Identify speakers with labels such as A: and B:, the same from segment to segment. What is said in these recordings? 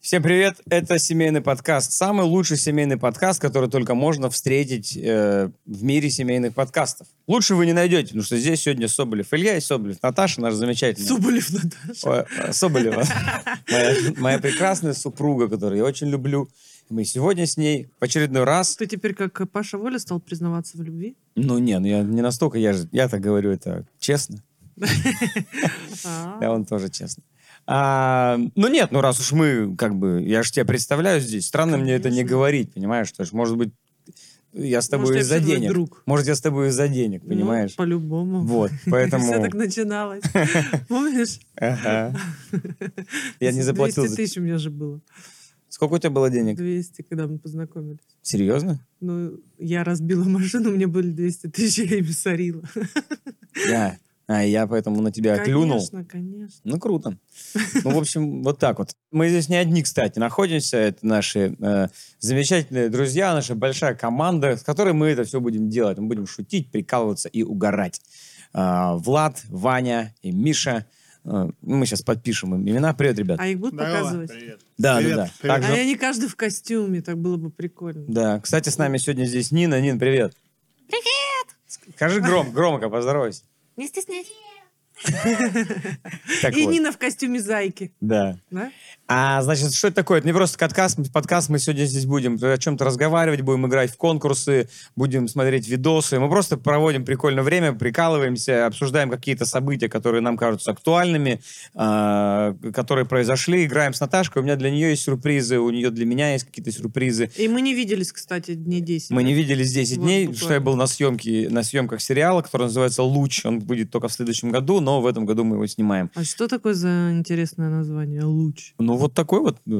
A: Всем привет! Это семейный подкаст. Самый лучший семейный подкаст, который только можно встретить э, в мире семейных подкастов. Лучше вы не найдете, потому что здесь сегодня Соболев Илья и Соболев Наташа, наш замечательный...
B: Соболев Наташа.
A: Ой, э, Соболева. Моя, моя прекрасная супруга, которую я очень люблю. Мы сегодня с ней в очередной раз...
B: Ты теперь как э, Паша Воля стал признаваться в любви?
A: Ну, не, ну я не настолько, я же, я так говорю, это честно.
B: А.
A: Да, он тоже честно. А, ну нет, ну раз уж мы, как бы, я же тебя представляю здесь, странно мне это не
B: Конечно.
A: говорить, понимаешь? То есть, может быть, я с тобой
B: Может, я
A: из-за
B: всё твой
A: денег.
B: друг.
A: Может, я с тобой из-за денег,
B: Ну,
A: понимаешь?
B: По-любому.
A: Вот,
B: Все
A: поэтому...
B: так начиналось. Помнишь?
A: Ага. Я не заплатил
B: 200
A: за...
B: тысяч у меня же было.
A: Сколько у тебя было денег?
B: 200, когда мы познакомились.
A: Серьезно?
B: Ну, я разбила машину, мне были 200 тысяч, я ими сорила.
A: Да. А я поэтому на тебя клюнул.
B: Конечно, конечно.
A: Ну, круто. Ну, в общем, вот так вот. Мы здесь не одни, кстати, находимся. Это наши э, замечательные друзья, наша большая команда, с которой мы это все будем делать. Мы будем шутить, прикалываться и угорать. А, Влад, Ваня и Миша. Э, мы сейчас подпишем им имена. Привет, ребят.
B: А их будут
C: Здорово.
B: показывать?
C: Привет.
A: да,
C: привет,
A: да, да.
C: привет.
A: Также-
B: А я не каждый в костюме, так было бы прикольно.
A: да. Кстати, с нами сегодня здесь Нина. Нин, привет. Привет! Скажи гром, громко, поздоровайся.
B: Не стесняйся.
A: Так
B: И
A: вот,
B: Нина в костюме зайки.
A: Да.
B: Да?
A: А, значит, что это такое? Это не просто подкаст, подкаст мы сегодня здесь будем о чем-то разговаривать, будем играть в конкурсы, будем смотреть видосы. Мы просто проводим прикольное время, прикалываемся, обсуждаем какие-то события, которые нам кажутся актуальными, а, которые произошли, играем с Наташкой. У меня для нее есть сюрпризы, у нее для меня есть какие-то сюрпризы.
B: И мы не виделись, кстати, дней 10.
A: Мы не виделись 10
B: Вот
A: дней,
B: буквально.
A: что я был на съемке, на съемках сериала, который называется «Луч». Он будет только в следующем году, но в этом году мы его снимаем.
B: А что такое за интересное название? Луч.
A: Ну, вот такой вот э,
B: Это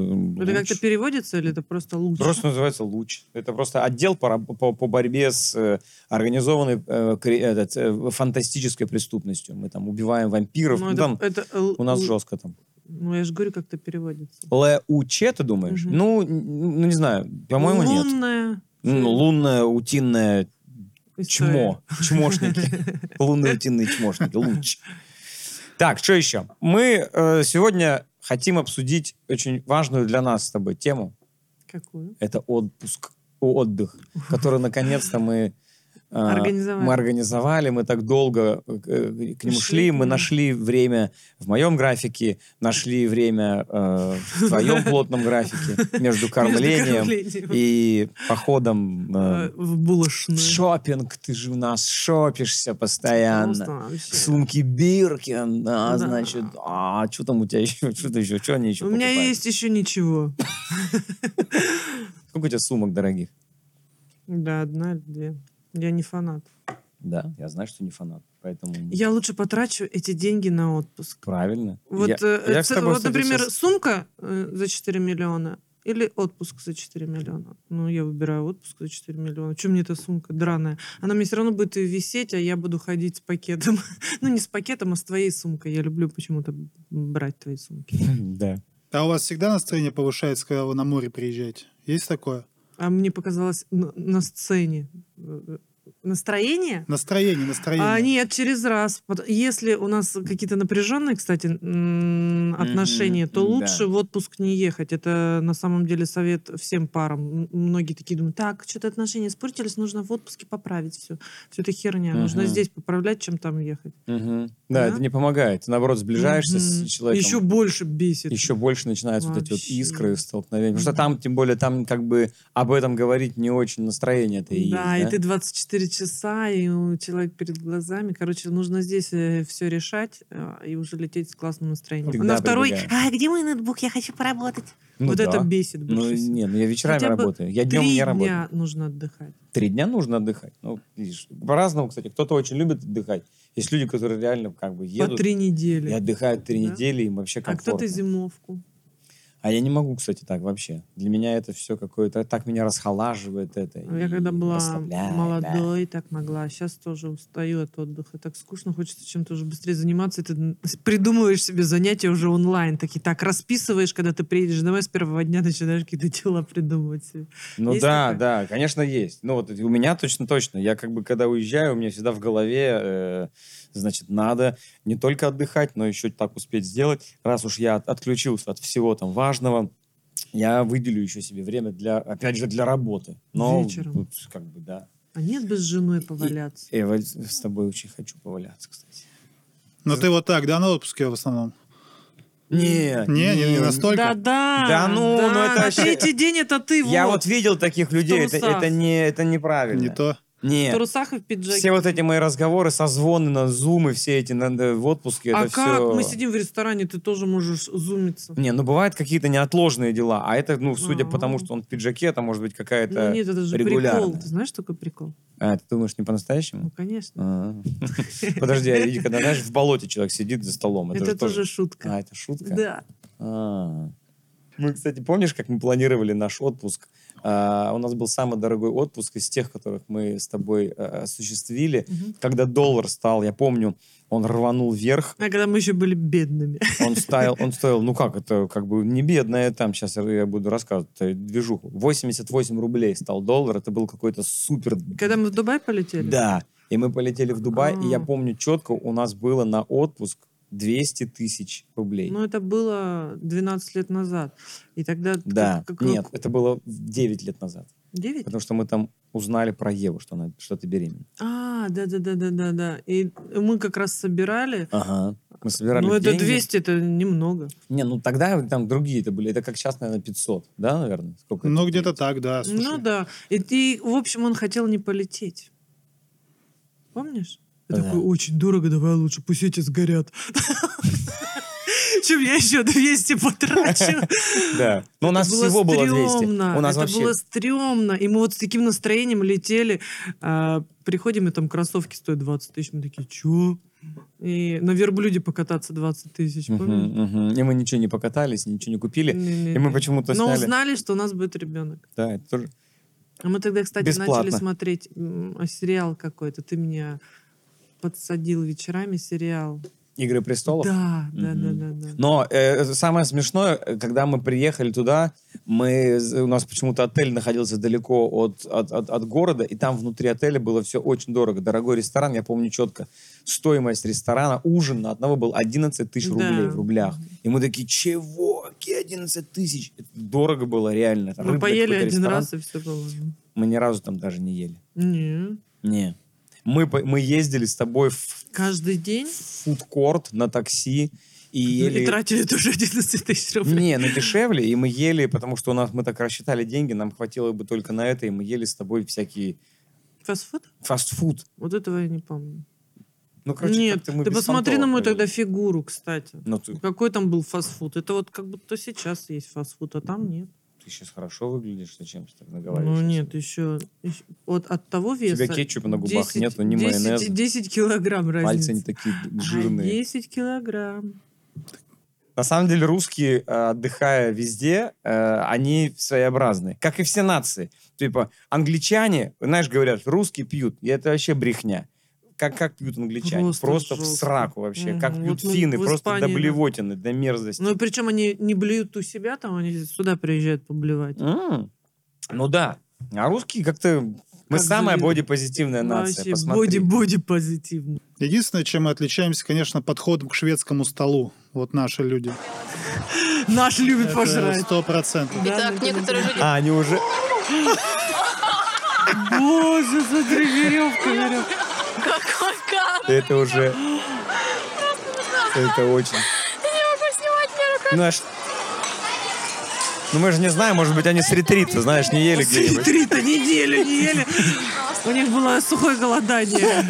A: луч.
B: как-то переводится или это просто луч?
A: Просто называется луч. Это просто отдел по, раб- по- по борьбе с э, организованной э, кри- этот, э, фантастической преступностью. Мы там убиваем вампиров.
B: Ну,
A: Ну,
B: это-
A: там
B: это л-
A: у нас
B: л-
A: жестко там.
B: Ну, я же говорю, как-то переводится.
A: Ле-уче, ты думаешь?
B: Мгм.
A: Ну, н- ну, не знаю. По-моему, нет.
B: Лунная
A: Ну, лунное, утиное
B: история.
A: чмо. Чмошники. Лунные утиные чмошники. Луч. Так, что еще? Мы э, сегодня хотим обсудить очень важную для нас с тобой тему.
B: Какую?
A: это отпуск, о- отдых, который наконец-то мы э,
B: Организовали.
A: мы организовали, мы так долго э, к к нему
B: Шли,
A: шли, мы
B: да.
A: нашли время в моем графике, нашли время э, в твоем плотном графике между
B: Между
A: кормлением
B: кормлением.
A: и э, походом
B: Э,
A: э,
B: В
A: в
B: булочную.
A: шопинг. Ты же у нас шопишься
B: Просто
A: постоянно.
B: вообще.
A: Сумки Биркин, а,
B: Да.
A: значит, а что там у тебя еще, что ты еще, что они еще
B: У меня
A: покупают?
B: есть еще ничего.
A: Сколько у тебя сумок дорогих?
B: Да, одна или две. Я не фанат.
A: Да, я знаю, что не фанат, поэтому...
B: Я лучше потрачу эти деньги на отпуск.
A: Правильно.
B: Вот,
A: Я-
B: э,
A: я
B: э,
A: с
B: ц-
A: тобой,
B: вот
A: кстати,
B: например,
A: щас-
B: сумка э, за 4 миллиона или отпуск за 4 миллиона. Ну, я выбираю отпуск за 4 миллиона. Чем мне эта сумка драная? Она мне все равно будет и висеть, а я буду ходить с пакетом. ну, не с пакетом, а с твоей сумкой. Я люблю почему-то брать твои сумки.
A: Да.
C: А у вас всегда настроение повышается, когда вы на море приезжаете? Есть такое?
B: А мне показалось на, на сцене. э, Настроение?
C: Настроение, настроение.
B: А, нет, через раз. Пот- Если у нас какие-то напряженные, кстати, м, отношения, то
A: да.
B: лучше в отпуск не ехать. Это на самом деле совет всем парам. М, Многие такие думают, так, что-то отношения испортились, нужно в отпуске поправить все. Все это херня. Нужно
A: Мгм.
B: здесь поправлять, чем там ехать.
A: Да,
B: Да?
A: это не помогает. Ты, наоборот, сближаешься с
B: Мгм.
A: человеком.
B: Еще больше бесит.
A: Еще больше начинаются вот эти вот
B: Вообще.
A: искры столкновения. Потому что
B: Мгм.
A: там, тем более, там как бы об этом говорить не очень настроение-то и
B: да,
A: есть.
B: и ты 24 часа, и у человека перед глазами. Короче, нужно здесь все решать э, и уже лететь с классным настроением.
A: Всегда
B: На второй,
A: прибегаю.
B: а где мой ноутбук, я хочу поработать.
A: Ну
B: вот
A: да.
B: это бесит больше
A: Ну,
B: всего.
A: не, ну я вечерами
B: Хотя бы
A: работаю. Я
B: Три
A: днем не
B: дня
A: работаю.
B: нужно отдыхать.
A: Три дня нужно отдыхать. Ну, видишь, по-разному, кстати. Кто-то очень любит отдыхать. Есть люди, которые реально как бы
B: По
A: едут
B: три недели.
A: и отдыхают три
B: Да.
A: недели, им вообще
B: а
A: комфортно.
B: кто-то зимовку.
A: А я не могу, кстати, так вообще. Для меня это все какое-то... Так меня расхолаживает это.
B: Я
A: и
B: когда была
A: расслабляет, да.
B: молодой, так могла. Сейчас тоже устаю от отдыха. Так скучно, хочется чем-то уже быстрее заниматься. И ты н- придумываешь себе занятия уже онлайн. Такие так расписываешь, когда ты приедешь домой, с первого дня начинаешь какие-то дела придумывать себе.
A: Ну
B: Есть
A: да,
B: такое?
A: да, конечно, есть. Ну вот у меня точно-точно. Я как бы, когда уезжаю, у меня всегда в голове, э, значит, надо не только отдыхать, но еще так успеть сделать. Раз уж я от- отключился от всего там важного, я выделю еще себе время для, опять же, для работы. Но
B: Вечером.
A: тут как бы, да.
B: А нет бы с женой поваляться.
A: Эва, с тобой очень хочу поваляться, кстати.
C: Но Ну, ты вот так, да, на отпуске в основном?
A: Не,
C: Не, не, не настолько.
B: Да, да.
A: Да ну,
B: да,
A: ну это
B: на
A: вообще-
B: третий день это ты
A: Я
B: вот.
A: вот видел таких людей, это,
B: трусах.
A: это не, это неправильно.
C: Не то.
B: в
A: Нет.
B: трусах и в пиджаке.
A: Все вот эти мои разговоры, созвоны на зумы, все эти на- на- в отпуске,
B: А
A: это
B: как?
A: все...
B: Мы сидим в ресторане, ты тоже можешь зумиться.
A: Не, ну бывают какие-то неотложные дела, а это, ну, судя по тому,
B: А.
A: что он в пиджаке, это может быть какая-то...
B: Ну нет, это же
A: регулярно.
B: прикол. Ты знаешь, что такое прикол?
A: А, ты думаешь, не по-настоящему?
B: Ну, конечно.
A: А. Подожди, а види, когда, знаешь, в болоте человек сидит за столом, это
B: это
A: же тоже...
B: тоже шутка.
A: А, это шутка?
B: Да.
A: А. Мы, кстати, помнишь, как мы планировали наш отпуск? А, у нас был самый дорогой отпуск из тех, которых мы с тобой э, осуществили.
B: Мгм.
A: Когда доллар стал, я помню, он рванул вверх,
B: А когда мы еще были бедными.
A: он стоил, он стоил, ну как, это как бы не бедная там, сейчас я буду рассказывать, э, движуху. 88 рублей стал доллар, это был какой-то супер...
B: Когда мы в Дубай полетели?
A: Да. И мы полетели в Дубай, и я
B: А.
A: помню четко, у нас было на отпуск 200 тысяч рублей.
B: Ну, это было 12 лет назад. И тогда... ты
A: да,
B: как-
A: нет, это было 9 лет назад.
B: 9?
A: Потому что мы там узнали про Еву, что она что ты беременна.
B: А, да-да-да-да-да-да. И мы как раз собирали.
A: Ага. Мы собирали
B: ну, это
A: деньги.
B: 200, это немного.
A: Не, ну тогда там другие это были. Это как сейчас, наверное, 500, да, наверное? Сколько
C: Ну,
A: это?
C: где-то так, да. Слушай.
B: Ну, да. И, ты- в общем, он хотел не полететь. Помнишь? Я
A: Да.
B: такой, очень дорого, давай лучше, пусть эти сгорят. Чем я еще 200 потрачу.
A: Да. Но у нас
B: было
A: всего было 200.
B: стрёмно,
A: У нас
B: это
A: вообще...
B: было стрёмно. И мы вот с таким настроением летели. а, приходим, и там кроссовки стоят 20 тысяч. Мы такие, чё? И на верблюде покататься 20 тысяч,
A: Мгм,
B: помнишь?
A: мгм. И мы ничего не покатались, ничего не купили.
B: Не-не-не.
A: И мы почему-то
B: Но
A: сняли...
B: узнали, что у нас будет ребенок.
A: Да, это тоже...
B: А мы тогда, кстати,
A: Бесплатно.
B: начали смотреть м, а, сериал какой-то. Ты меня подсадил вечерами сериал.
A: «Игры престолов».
B: Да, да, да,
A: Мгм.
B: да, да.
A: Но э, самое смешное, э, когда мы приехали туда, мы, з- у нас почему-то отель находился далеко от, от, от- от города, и там внутри отеля было все очень дорого. Дорогой ресторан, я помню четко, стоимость ресторана, ужин на одного был 11 тысяч
B: Да.
A: рублей в рублях. И мы такие, чего? Какие 11 тысяч? Это дорого было реально. Это
B: Мы
A: рыбный
B: поели
A: какой-то
B: один
A: ресторан.
B: раз, и все было.
A: Мы ни разу там даже не ели.
B: Не.
A: Не. Мы, по- мы ездили с тобой в
B: Каждый день.
A: фудкорт на такси и ели...
B: Ну, И тратили тоже 11 тысяч рублей.
A: Не, ну дешевле, и мы ели, потому что у нас мы так рассчитали деньги, нам хватило бы только на это, и мы ели с тобой всякие
B: Фастфуд?
A: фастфуд.
B: Вот этого я не помню.
A: Ну, короче,
B: Нет,
A: как-то
B: ты
A: мы без
B: посмотри на
A: фантов
B: мою
A: провели.
B: тогда фигуру, кстати.
A: Ну, ты,
B: Какой там был фастфуд? Это вот как будто сейчас есть фастфуд, а там нет.
A: сейчас хорошо выглядишь, зачем ты так наговариваешь?
B: Ну нет, еще, еще- вот от того
A: У
B: веса.
A: тебя кетчупа на губах
B: 10
A: нету, ни
B: 10
A: майонеза,
B: 10 килограмм
A: пальцы
B: разница.
A: не такие
B: А,
A: жирные.
B: 10 килограмм.
A: На самом деле русские, э, отдыхая везде, э, они своеобразны, как и все нации. Типа англичане, знаешь, говорят, русские пьют, и это вообще брехня. Как, как пьют англичане?
B: Просто
A: Просто, в
B: жёстко.
A: сраку вообще. Как
B: Мгм.
A: пьют
B: Вот мы
A: финны,
B: в
A: просто до
B: Испании, да.
A: блевотины, до мерзости.
B: Ну, причем они не блюют у себя, там они сюда приезжают поблевать.
A: М. Ну да. А русские как-то... Мы
B: Как
A: самая
B: заведено.
A: бодипозитивная нация,
B: Ну, Вообще,
A: посмотри.
B: боди-боди позитивно.
C: Единственное, чем мы отличаемся, конечно, подходом к шведскому столу. Вот наши люди.
B: Наш любит
C: Это
B: пожрать.
C: Сто процентов.
B: Да,
D: Итак,
B: да,
D: некоторые жители
A: А, они уже...
B: Боже, смотри, веревка, веревка.
D: какой
C: А,
D: кар.
A: Это уже... Это очень...
D: Я могу снимать мне рука.
A: Ну, а ш- ну мы же не знаем, может быть, они с ретрита, знаешь, не ели где-нибудь.
B: Три-то неделю не ели. У них было сухое голодание.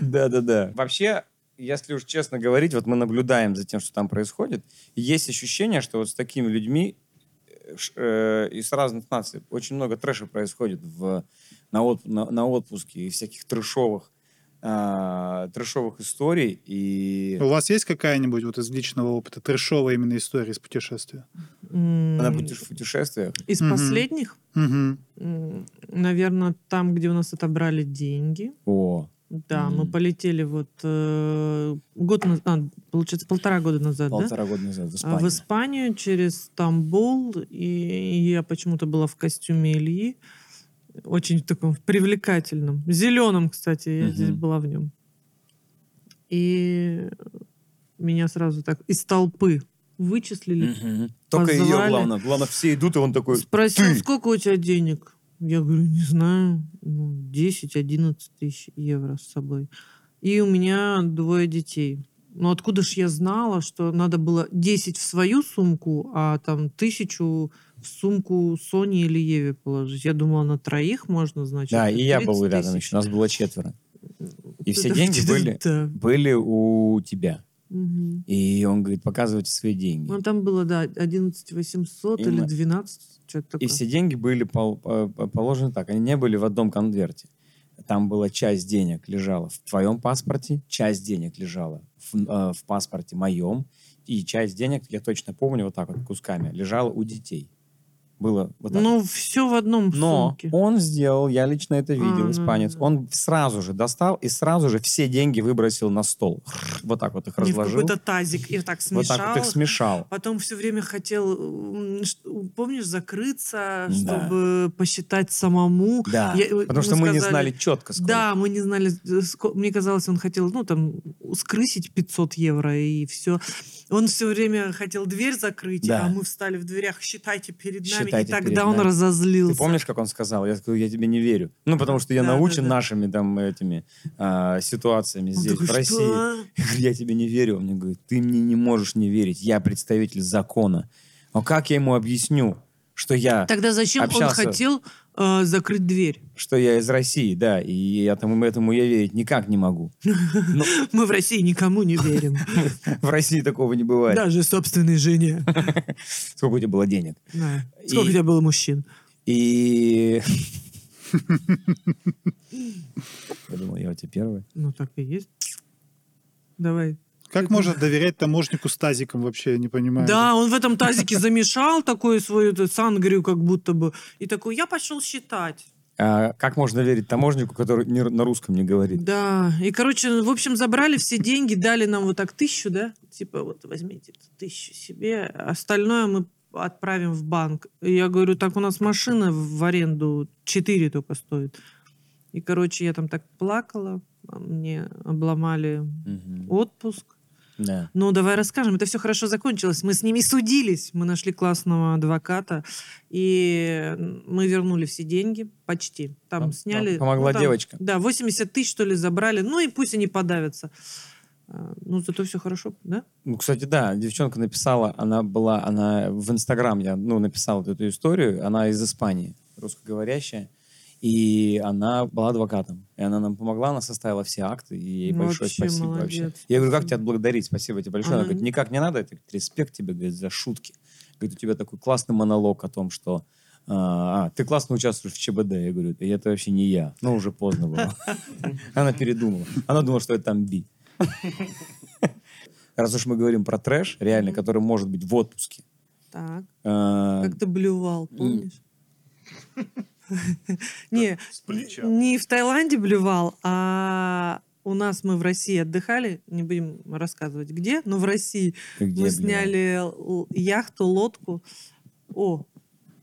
A: Да-да-да. Вообще, если уж честно говорить, вот мы наблюдаем за тем, что там происходит, и есть ощущение, что вот с такими людьми э, ш- э, из разных наций очень много трэша происходит в, на, от- на, на отпуске и всяких трэшовых, а, трэшовых историй. И
C: У вас есть какая-нибудь вот из личного опыта трешовая именно история из путешествия?
A: на путеш- путешествиях.
B: Из
C: Мгм.
B: последних,
C: Угу.
B: м, наверное, там, где у нас отобрали деньги.
A: О,
B: Да, мы
A: Мгм.
B: полетели вот э, год назад, получается, полтора года назад, да?
A: полтора года назад в
B: А,
A: Испании.
B: В Испанию через Стамбул, и и я почему-то была в костюме Ильи, очень таком привлекательном, зеленом, кстати, я здесь
A: Мгм.
B: была в нем. И меня сразу так из толпы вычислили.
A: Мгм. Только ее
B: Позвали.
A: главное. Главное, все идут, и он такой,
B: Спросил,
A: ты.
B: сколько у тебя денег? Я говорю, не знаю, ну, 10-11 тысяч евро с собой. И у меня двое детей. Ну, откуда ж я знала, что надо было 10 в свою сумку, а там тысячу в сумку Сони или Еве положить? Я думала, на троих можно, значит.
A: Да, и я
B: 30
A: был рядом
B: тысяч.
A: еще. Нас было четверо. И все
B: Да,
A: деньги
B: да,
A: были-
B: да.
A: Были у тебя.
B: Мгм.
A: И он говорит, показывайте свои деньги.
B: Ну, там было, да, 11 800
A: И
B: или
A: мы-
B: 12, что-то такое.
A: И все деньги были пол- э, э, положены так. Они не были в одном конверте. Там была часть денег лежала в твоем паспорте, часть денег лежала в, э, в паспорте моем, и часть денег, я точно помню, вот так вот кусками, лежала у детей. Было вот так.
B: Ну, все в одном
A: Но
B: сумке.
A: он сделал, я лично это видел,
B: ну,
A: испанец.
B: да.
A: Он сразу же достал и сразу же все деньги выбросил на стол. Вот так вот их
B: Мне в
A: разложил.
B: какой-то тазик и так смешал.
A: Вот так вот их смешал.
B: Потом все время хотел, м, ш- помнишь, закрыться,
A: Да.
B: чтобы посчитать самому.
A: Да.
B: Я- э,
A: Потому что мы не
B: сказали-
A: знали четко, сколько.
B: Да, мы не знали, э, ско- мне казалось, он хотел, ну, там, скрысить 500 евро и все. Он все время хотел дверь закрыть,
A: Да.
B: а мы встали в дверях, считайте перед нами.
A: Считайте
B: и тогда
A: перед
B: он
A: нами.
B: разозлился.
A: Ты помнишь, как он сказал? Я сказал, я тебе не верю. Ну, потому что я
B: Да, да,
A: научен
B: да.
A: нашими там этими а, ситуациями
B: Он
A: здесь,
B: такой,
A: в России.
B: «Что?»
A: Я говорю, я тебе не верю. Он мне говорит, ты мне не можешь не верить. Я представитель закона. А как я ему объясню, что я,
B: Тогда зачем
A: Общался.
B: он хотел э, закрыть дверь?
A: что я из России, да, и я там этому я верить никак не могу.
B: Мы в России никому не верим.
A: В России такого не бывает.
B: Даже собственной жене.
A: Сколько у тебя было денег?
B: Да.
A: И-
B: Сколько у тебя было мужчин?
A: И... Я думал, я у тебя первый.
B: Ну, так и есть. Давай.
C: Как
B: Это-
C: можно доверять таможнику с тазиком вообще, я не понимаю.
B: Типа- Да, он в этом тазике замешал такую свою эту сангрию, как будто бы. И такой, я пошел считать.
A: А как можно верить таможнику, который ни- на русском не говорит?
B: Да. И, короче, в общем, забрали все деньги, дали нам вот так тысячу, да? Типа, вот возьмите эту тысячу себе, остальное мы отправим в банк. И я говорю, так у нас машина в в аренду 4 только стоит. И, короче, я там так плакала, а мне обломали
A: Мгм.
B: отпуск.
A: Да.
B: Ну, давай расскажем. Это все хорошо закончилось. Мы с ними судились. Мы нашли классного адвоката. И мы вернули все деньги. Почти. Там
A: Пом-
B: сняли...
A: пом- помогла
B: ну, там-
A: девочка.
B: Да, 80 тысяч, что ли, забрали. Ну, и пусть они подавятся. А, Ну, зато все хорошо, да?
A: Ну, кстати, да, девчонка написала, она была, она в Инстаграм, я, ну, написал вот эту историю, она из Испании, русскоговорящая, и она была адвокатом, и она нам помогла, она составила все акты, и ей
B: Ну,
A: большое
B: вообще
A: спасибо
B: молодец,
A: вообще. Я говорю, как
B: спасибо.
A: тебя отблагодарить, спасибо тебе большое. Она
B: Ага.
A: говорит, никак не надо, я говорю, респект тебе, говорит, за шутки. Говорит, у тебя такой классный монолог о том, что а, а, ты классно участвуешь в ЧБД. Я говорю, «И это вообще не я. Но уже поздно было. Она передумала. Она думала, что это там би. Раз уж мы говорим про трэш, реально,
B: Мгм.
A: который может быть в отпуске.
B: Так.
A: э,
B: Как ты блювал, помнишь? Не, не в Таиланде блевал, а у нас мы в России отдыхали, не будем рассказывать где, но в России
A: где,
B: мы
A: блин?
B: сняли л- яхту, лодку. О,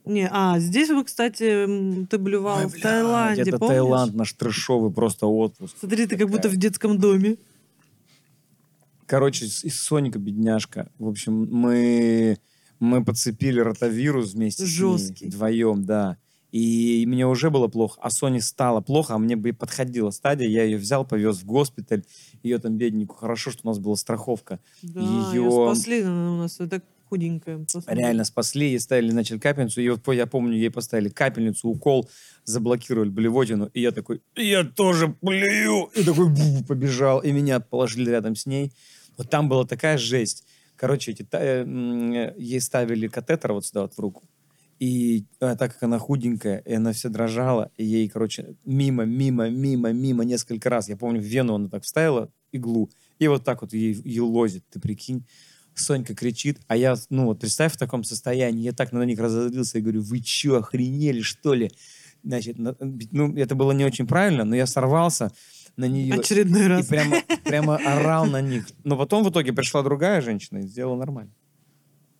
B: не, а здесь вы, кстати, м, ты блювал
A: Ой,
B: в
A: бля,
B: Таиланде,
A: Это
B: помнишь?
A: Таиланд, наш трэшовый просто отпуск.
B: Смотри, ты как будто
A: Такая.
B: в детском доме.
A: Короче, с- из Соника, бедняжка. В общем, мы, мы подцепили ротавирус вместе с
B: Жёсткий.
A: ней. Вдвоем, да. И мне уже было плохо, а Соне стало плохо, а мне бы и подходила стадия. Я ее взял, повез в госпиталь. Ее там, бедненькую, хорошо, что у нас была страховка.
B: Да,
A: Её-
B: ее спасли, она у нас вот так худенькая. просто.
A: а Реально спасли, ей ставили, начали капельницу. И вот по- я помню, ей поставили капельницу, укол, заблокировали блевотину. И я такой, я тоже плюю. И такой бу, побежал. И меня положили рядом с ней. Вот там была такая жесть. Короче, эти, та- э, м, э, ей ставили катетер вот сюда вот в руку. И а, так как она худенькая, и она все дрожала, и ей, короче, мимо, мимо, мимо, мимо несколько раз. Я помню, в вену она так вставила иглу, и вот так вот ей, ей лозит, ты прикинь. Сонька кричит, а я, ну вот представь в таком состоянии, я так на них разозлился, и говорю, вы че, охренели, что ли? Значит, на- ну, это было не очень правильно, но я сорвался на нее.
B: Очередной
A: И
B: А раз.
A: прямо, прямо орал на них. Но потом в итоге пришла другая женщина и сделала нормально.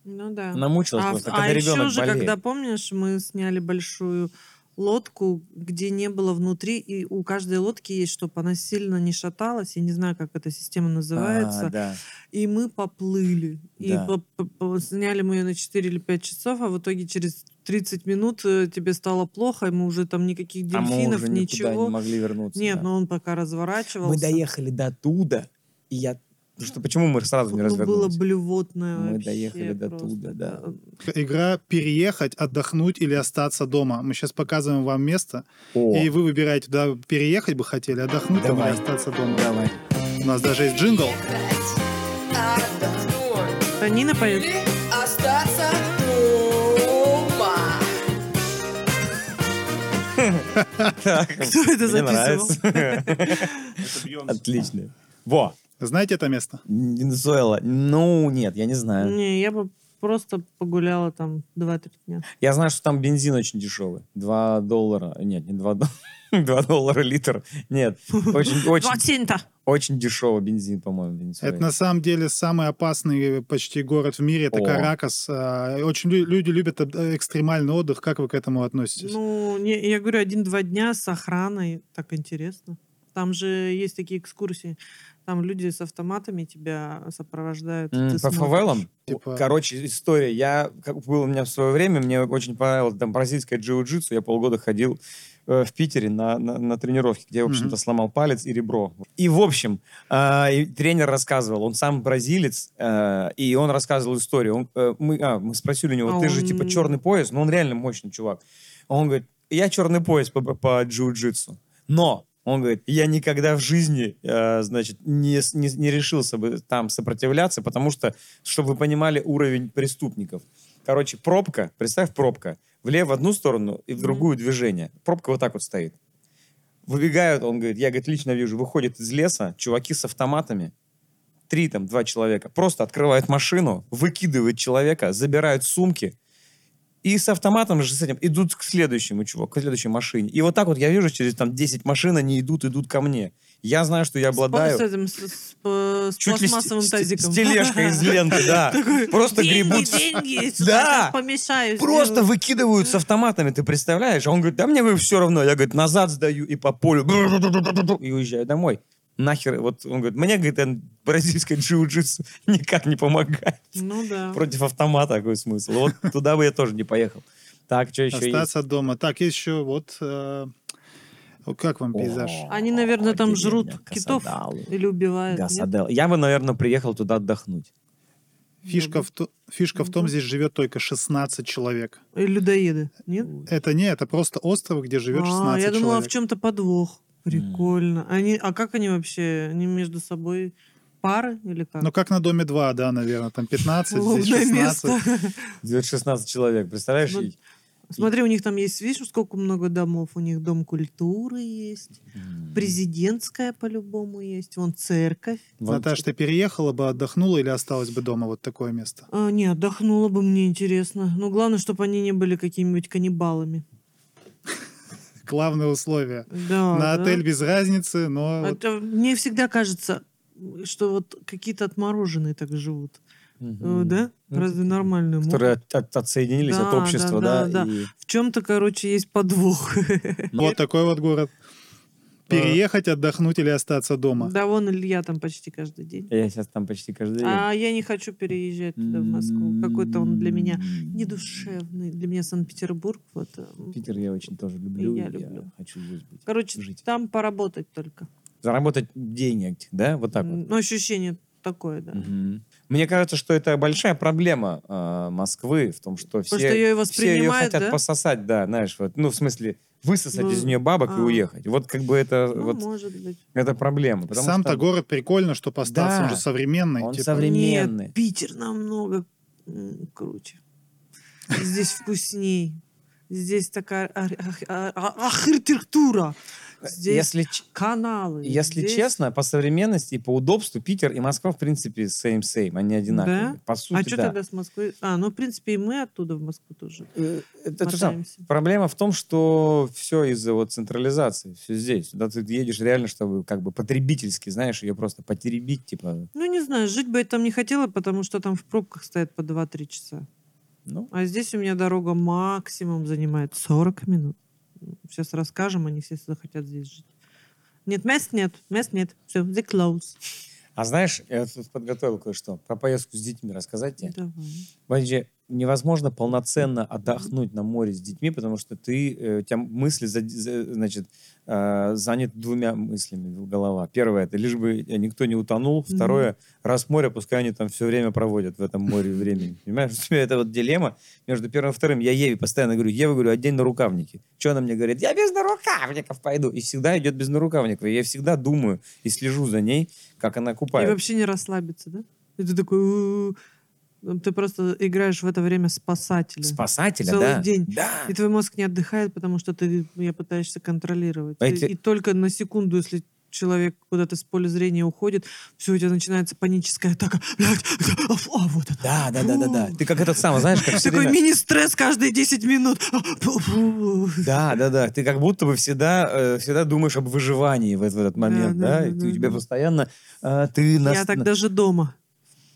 B: Ну да.
A: Она мучилась
B: А,
A: просто,
B: а
A: когда
B: еще
A: ребенок
B: же,
A: болеет.
B: когда, помнишь, мы сняли большую лодку, где не было внутри, и у каждой лодки есть, чтобы она сильно не шаталась, я не знаю, как эта система называется,
A: А, да.
B: и мы поплыли. И
A: Да.
B: по- по- по- сняли мы ее на 4 или 5 часов, а в итоге через 30 минут э, тебе стало плохо, и мы уже там никаких
A: А мы
B: дельфинов,
A: уже никуда
B: ничего.
A: не могли вернуться.
B: Нет,
A: да.
B: но он пока разворачивался.
A: Мы доехали до туда, и я... Потому Ну что почему мы сразу
B: Фу,
A: не
B: ну, было
A: развернулись?
B: блевотное
A: Мы
B: вообще
A: доехали до
B: просто.
A: туда, да.
C: Игра «Переехать, отдохнуть или остаться дома». Мы сейчас показываем вам место,
A: О,
C: и вы выбираете, куда переехать бы хотели, отдохнуть там или
A: Давай.
C: остаться дома.
A: давай.
C: У нас даже есть джингл.
E: Отдохнуть
B: Да Нина поет.
E: или остаться дома.
B: Кто это
A: Мне
B: записывал?
A: нравится. Отлично. Во,
C: Знаете это место?
A: Венесуэла. Ну, нет, я не знаю.
B: Не, я бы просто погуляла там 2-3 дня.
A: Я знаю, что там бензин очень дешевый. 2 доллара. Нет, не 2 доллара. 2 доллара литр. Нет, очень, очень,
B: Двадцать-то!
A: очень дешевый бензин, по-моему, в Венесуэле.
C: Это на самом деле самый опасный почти город в мире. Это
A: О.
C: Каракас. А, Очень лю- люди любят об- экстремальный отдых. Как вы к этому относитесь?
B: Ну, не, я говорю, один-два дня с охраной. Так интересно. Там же есть такие экскурсии. Там люди с автоматами тебя сопровождают.
A: М,
B: ты
A: По
B: смотришь.
A: фавелам?
C: Типа-
A: Короче, история. Я как был у меня в свое время, мне очень понравилось там бразильское джиу-джитсу. Я полгода ходил э, в Питере на, на, на тренировки, где, в
C: Мгм.
A: общем-то, сломал палец и ребро. И, в общем, а, и тренер рассказывал, он сам бразилец, э, и он рассказывал историю. Он, э, мы, а, мы спросили у него,
B: А
A: ты же
B: он-
A: типа черный пояс, но он реально мощный чувак. Он говорит, я черный пояс по, по джиу-джитсу, но он говорит, я никогда в жизни, э, значит, не, с- не, не решился бы там сопротивляться, потому что, чтобы вы понимали уровень преступников. Короче, пробка, представь пробка, влево в одну сторону и в
B: Мгм.
A: другую движение. Пробка вот так вот стоит. Выбегают, он говорит, я, говорит, лично вижу, выходит из леса чуваки с автоматами, три, там, два человека, просто открывают машину, выкидывают человека, забирают сумки, и с автоматом же с этим идут к следующему чуваку, к следующей машине. И вот так вот я вижу, через там 10 машин они идут, идут ко мне. Я знаю, что я
B: С,
A: обладаю
B: этим, с, с- э, с
A: чуть ли с,
B: пластмассовым
A: с-
B: тазиком.
A: с тележкой из ленты, да. Просто
B: Деньги,
A: гребут,
B: деньги,
A: Да!
B: сюда как помешаю.
A: просто
B: сделаю.
A: выкидывают с автоматами, ты представляешь? А он говорит, да мне вы все равно. Я, говорит, назад сдаю и по полю. И уезжаю домой. Нахер, вот он говорит, мне, говорит, э, бразильское джиу-джитсу никак не помогает.
B: Ну да.
A: Против автомата какой смысл? Вот туда бы я тоже не поехал. Так, что еще есть?
C: Остаться дома. Так, есть еще вот... э, Как вам пейзаж?
A: О,
B: Они, наверное, там
A: деревня
B: жрут китов
A: Гасадалы.
B: или убивают. нет?
A: Гасадалы. Я бы, наверное, приехал туда отдохнуть.
C: Фишка,
B: Ну,
C: в, то- фишка в том,
B: Мгм.
C: здесь живет только 16 человек.
B: Или людоеды, нет?
C: Это не, это просто остров, где живет 16
B: а, я
C: человек.
B: думала, в чем-то подвох. Прикольно. Они, а как они вообще? Они между собой пары или как?
C: Ну, как на доме 2, да, наверное, там 15, здесь
B: Лобное
C: 16.
B: место.
A: Здесь 16 человек, представляешь?
B: Ну,
A: И-
B: Смотри, у них там есть, видишь, сколько много домов. У них дом культуры есть,
A: М.
B: президентская по-любому есть, вон церковь.
A: Вот.
C: Наташа, ты переехала бы, отдохнула или осталась бы дома? Вот такое место.
B: А, не, отдохнула бы, мне интересно. Но главное, чтобы они не были какими-нибудь каннибалами.
C: Главное условие.
B: А, Да,
C: на
B: да.
C: отель без разницы, но... вот-
B: Это мне всегда кажется, что вот какие-то отмороженные так живут. Э,
A: Мгм.
B: Да?
A: Ну,
B: Разве нормально?
A: Которые от- от- отсоединились от
B: Да,
A: общества,
B: да,
A: да?
B: да,
A: и-
B: В чем-то, короче, есть подвох.
C: Вот такой вот город.
A: А.
C: Переехать, отдохнуть или остаться дома?
B: Да вон Илья там почти каждый день.
A: Я сейчас там почти каждый день.
B: А я не хочу переезжать туда, в Москву. Какой-то он для меня недушевный. Для меня Санкт-Петербург. Вот. эм.
A: Питер я очень тоже люблю.
B: И я
A: и
B: люблю.
A: хочу здесь быть.
B: Короче,
A: жить.
B: там поработать только.
A: Заработать денег, да? Вот так вот.
B: М, Ну, ощущение такое, да.
A: Мгм. Мне кажется, что это большая проблема э, Москвы в том, что
B: Потому что
A: все,
B: ее и
A: все ее
B: воспринимают,
A: хотят
B: да?
A: пососать, да, знаешь, вот, ну, в смысле, высосать
B: Ну,
A: из нее бабок и
B: а.
A: уехать. Вот как бы это,
B: Ну,
A: вот,
B: может быть.
A: это проблема. потому
C: Сам-то
A: что
C: город прикольно, что остался, он
A: Да.
C: же современный.
A: Он
C: типа.
A: совре- Современный.
B: Нет, Питер намного м, круче. Здесь вкусней. Здесь такая ар- ах- а- а- архитектура. Здесь
A: если, ч-
B: каналы.
A: Э, если
B: здесь-
A: честно, по современности и по удобству Питер и Москва, в принципе, same-same, они одинаковые.
B: Да?
A: По
B: А
A: сути,
B: что
A: да.
B: тогда с Москвы? А, ну, в принципе, и мы оттуда в Москву тоже
A: Э, это то же самое.
B: мотаемся.
A: Проблема в том, что все из-за вот централизации, все здесь. Сюда ты едешь реально, чтобы как бы потребительски, знаешь, ее просто потеребить, типа,
B: Ну, не знаю, жить бы я там не хотела, потому что там в пробках стоят по 2-3 часа.
A: ну,
B: А здесь у меня дорога максимум занимает 40 минут. сейчас расскажем, они все захотят здесь жить. Нет, мест нет, мест нет. Все, they close.
A: А знаешь, я тут подготовил кое-что. Про поездку с детьми рассказать тебе?
B: Давай.
A: Вообще невозможно полноценно отдохнуть на море с детьми, потому что ты, э, у тебя мысли, за- за- значит, э, занят двумя мыслями в- голова. Первое, это лишь бы никто не утонул. Второе, раз море, пускай они там все время проводят в этом море времени. Понимаешь, у тебя это вот дилемма между первым и вторым. Я Еве постоянно говорю, Ева, говорю, одень на рукавники. Что она мне говорит? Я без нарукавников пойду. И всегда идет без нарукавников. И я всегда думаю и слежу за ней, как она
B: И
A: купается.
B: вообще не расслабиться, да? И ты такой... «У-у-у». Ну, Ты просто играешь в это время спасателя.
A: Спасателя,
B: Целый
A: да.
B: день.
A: Да.
B: И твой мозг не отдыхает, потому что ты ну, я пытаешься контролировать.
A: А
B: И-
A: эти-
B: И только на секунду, если человек куда-то с поля зрения уходит, все, у тебя начинается паническая атака. Блядь, а, фу, а, вот она.
A: Да, да, да, да, да. Ты как этот самый, знаешь, как все
B: Такой
A: время-
B: мини-стресс каждые 10 минут. А, фу, фу.
A: Да, да, да. Ты как будто бы всегда, э, всегда думаешь об выживании в, эт- в этот момент, да?
B: да, да,
A: И ты-
B: да,
A: у тебя
B: да.
A: постоянно э, ты нас.
B: Я так даже дома.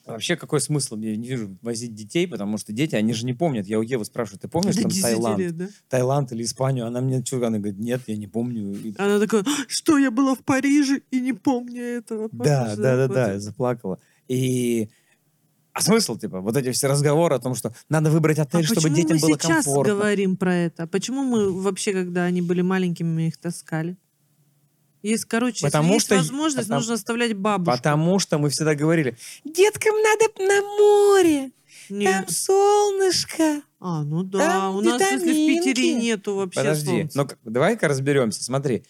A: Вообще какой смысл мне не вижу возить детей, потому что дети, они же не помнят. Я у Евы спрашиваю, ты помнишь
B: До
A: там
B: 10
A: Таиланд,
B: лет, да?
A: Таиланд или Испанию? Она мне чё, она говорит, нет, я не помню. И-
B: Она такая, «А, что, я была в Париже и не помню этого.
A: Да,
B: Помнишь,
A: да, да,
B: вот
A: да,
B: это?
A: заплакала. И а смысл, типа, вот эти все разговоры о том, что надо выбрать
B: А
A: отель, чтобы
B: почему
A: детям
B: мы
A: было
B: сейчас
A: комфортно.
B: говорим про это? А Почему мы вообще, когда они были маленькими, мы их таскали? Есть, короче,
A: Потому
B: если есть
A: что е-
B: возможность,
A: потому-
B: нужно оставлять бабушку.
A: Потому что мы всегда говорили, деткам надо на море,
B: Нет.
A: солнышко.
B: А, ну да,
A: там
B: у нас, если в Питере
A: витаминки.
B: нету вообще
A: Подожди, ну,
B: солнца.
A: но к- давай-ка разберемся. Смотри,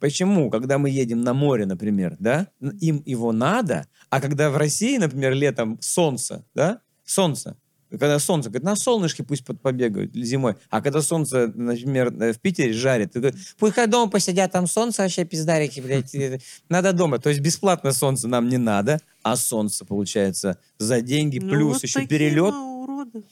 A: почему, когда мы едем на море, например, да, н- им его надо, а когда в России, например, летом солнце, да, солнце, когда солнце, говорит, на солнышке пусть под- побегают зимой. А когда солнце, например, э, в Питере жарит, ты говоришь, пусть когда дома посидят, там солнце вообще пиздарики, блядь, э, надо дома. То есть бесплатно солнце нам не надо, а солнце, получается, за деньги,
B: Ну,
A: плюс
B: вот
A: еще
B: такие
A: перелет,
B: мы уроды.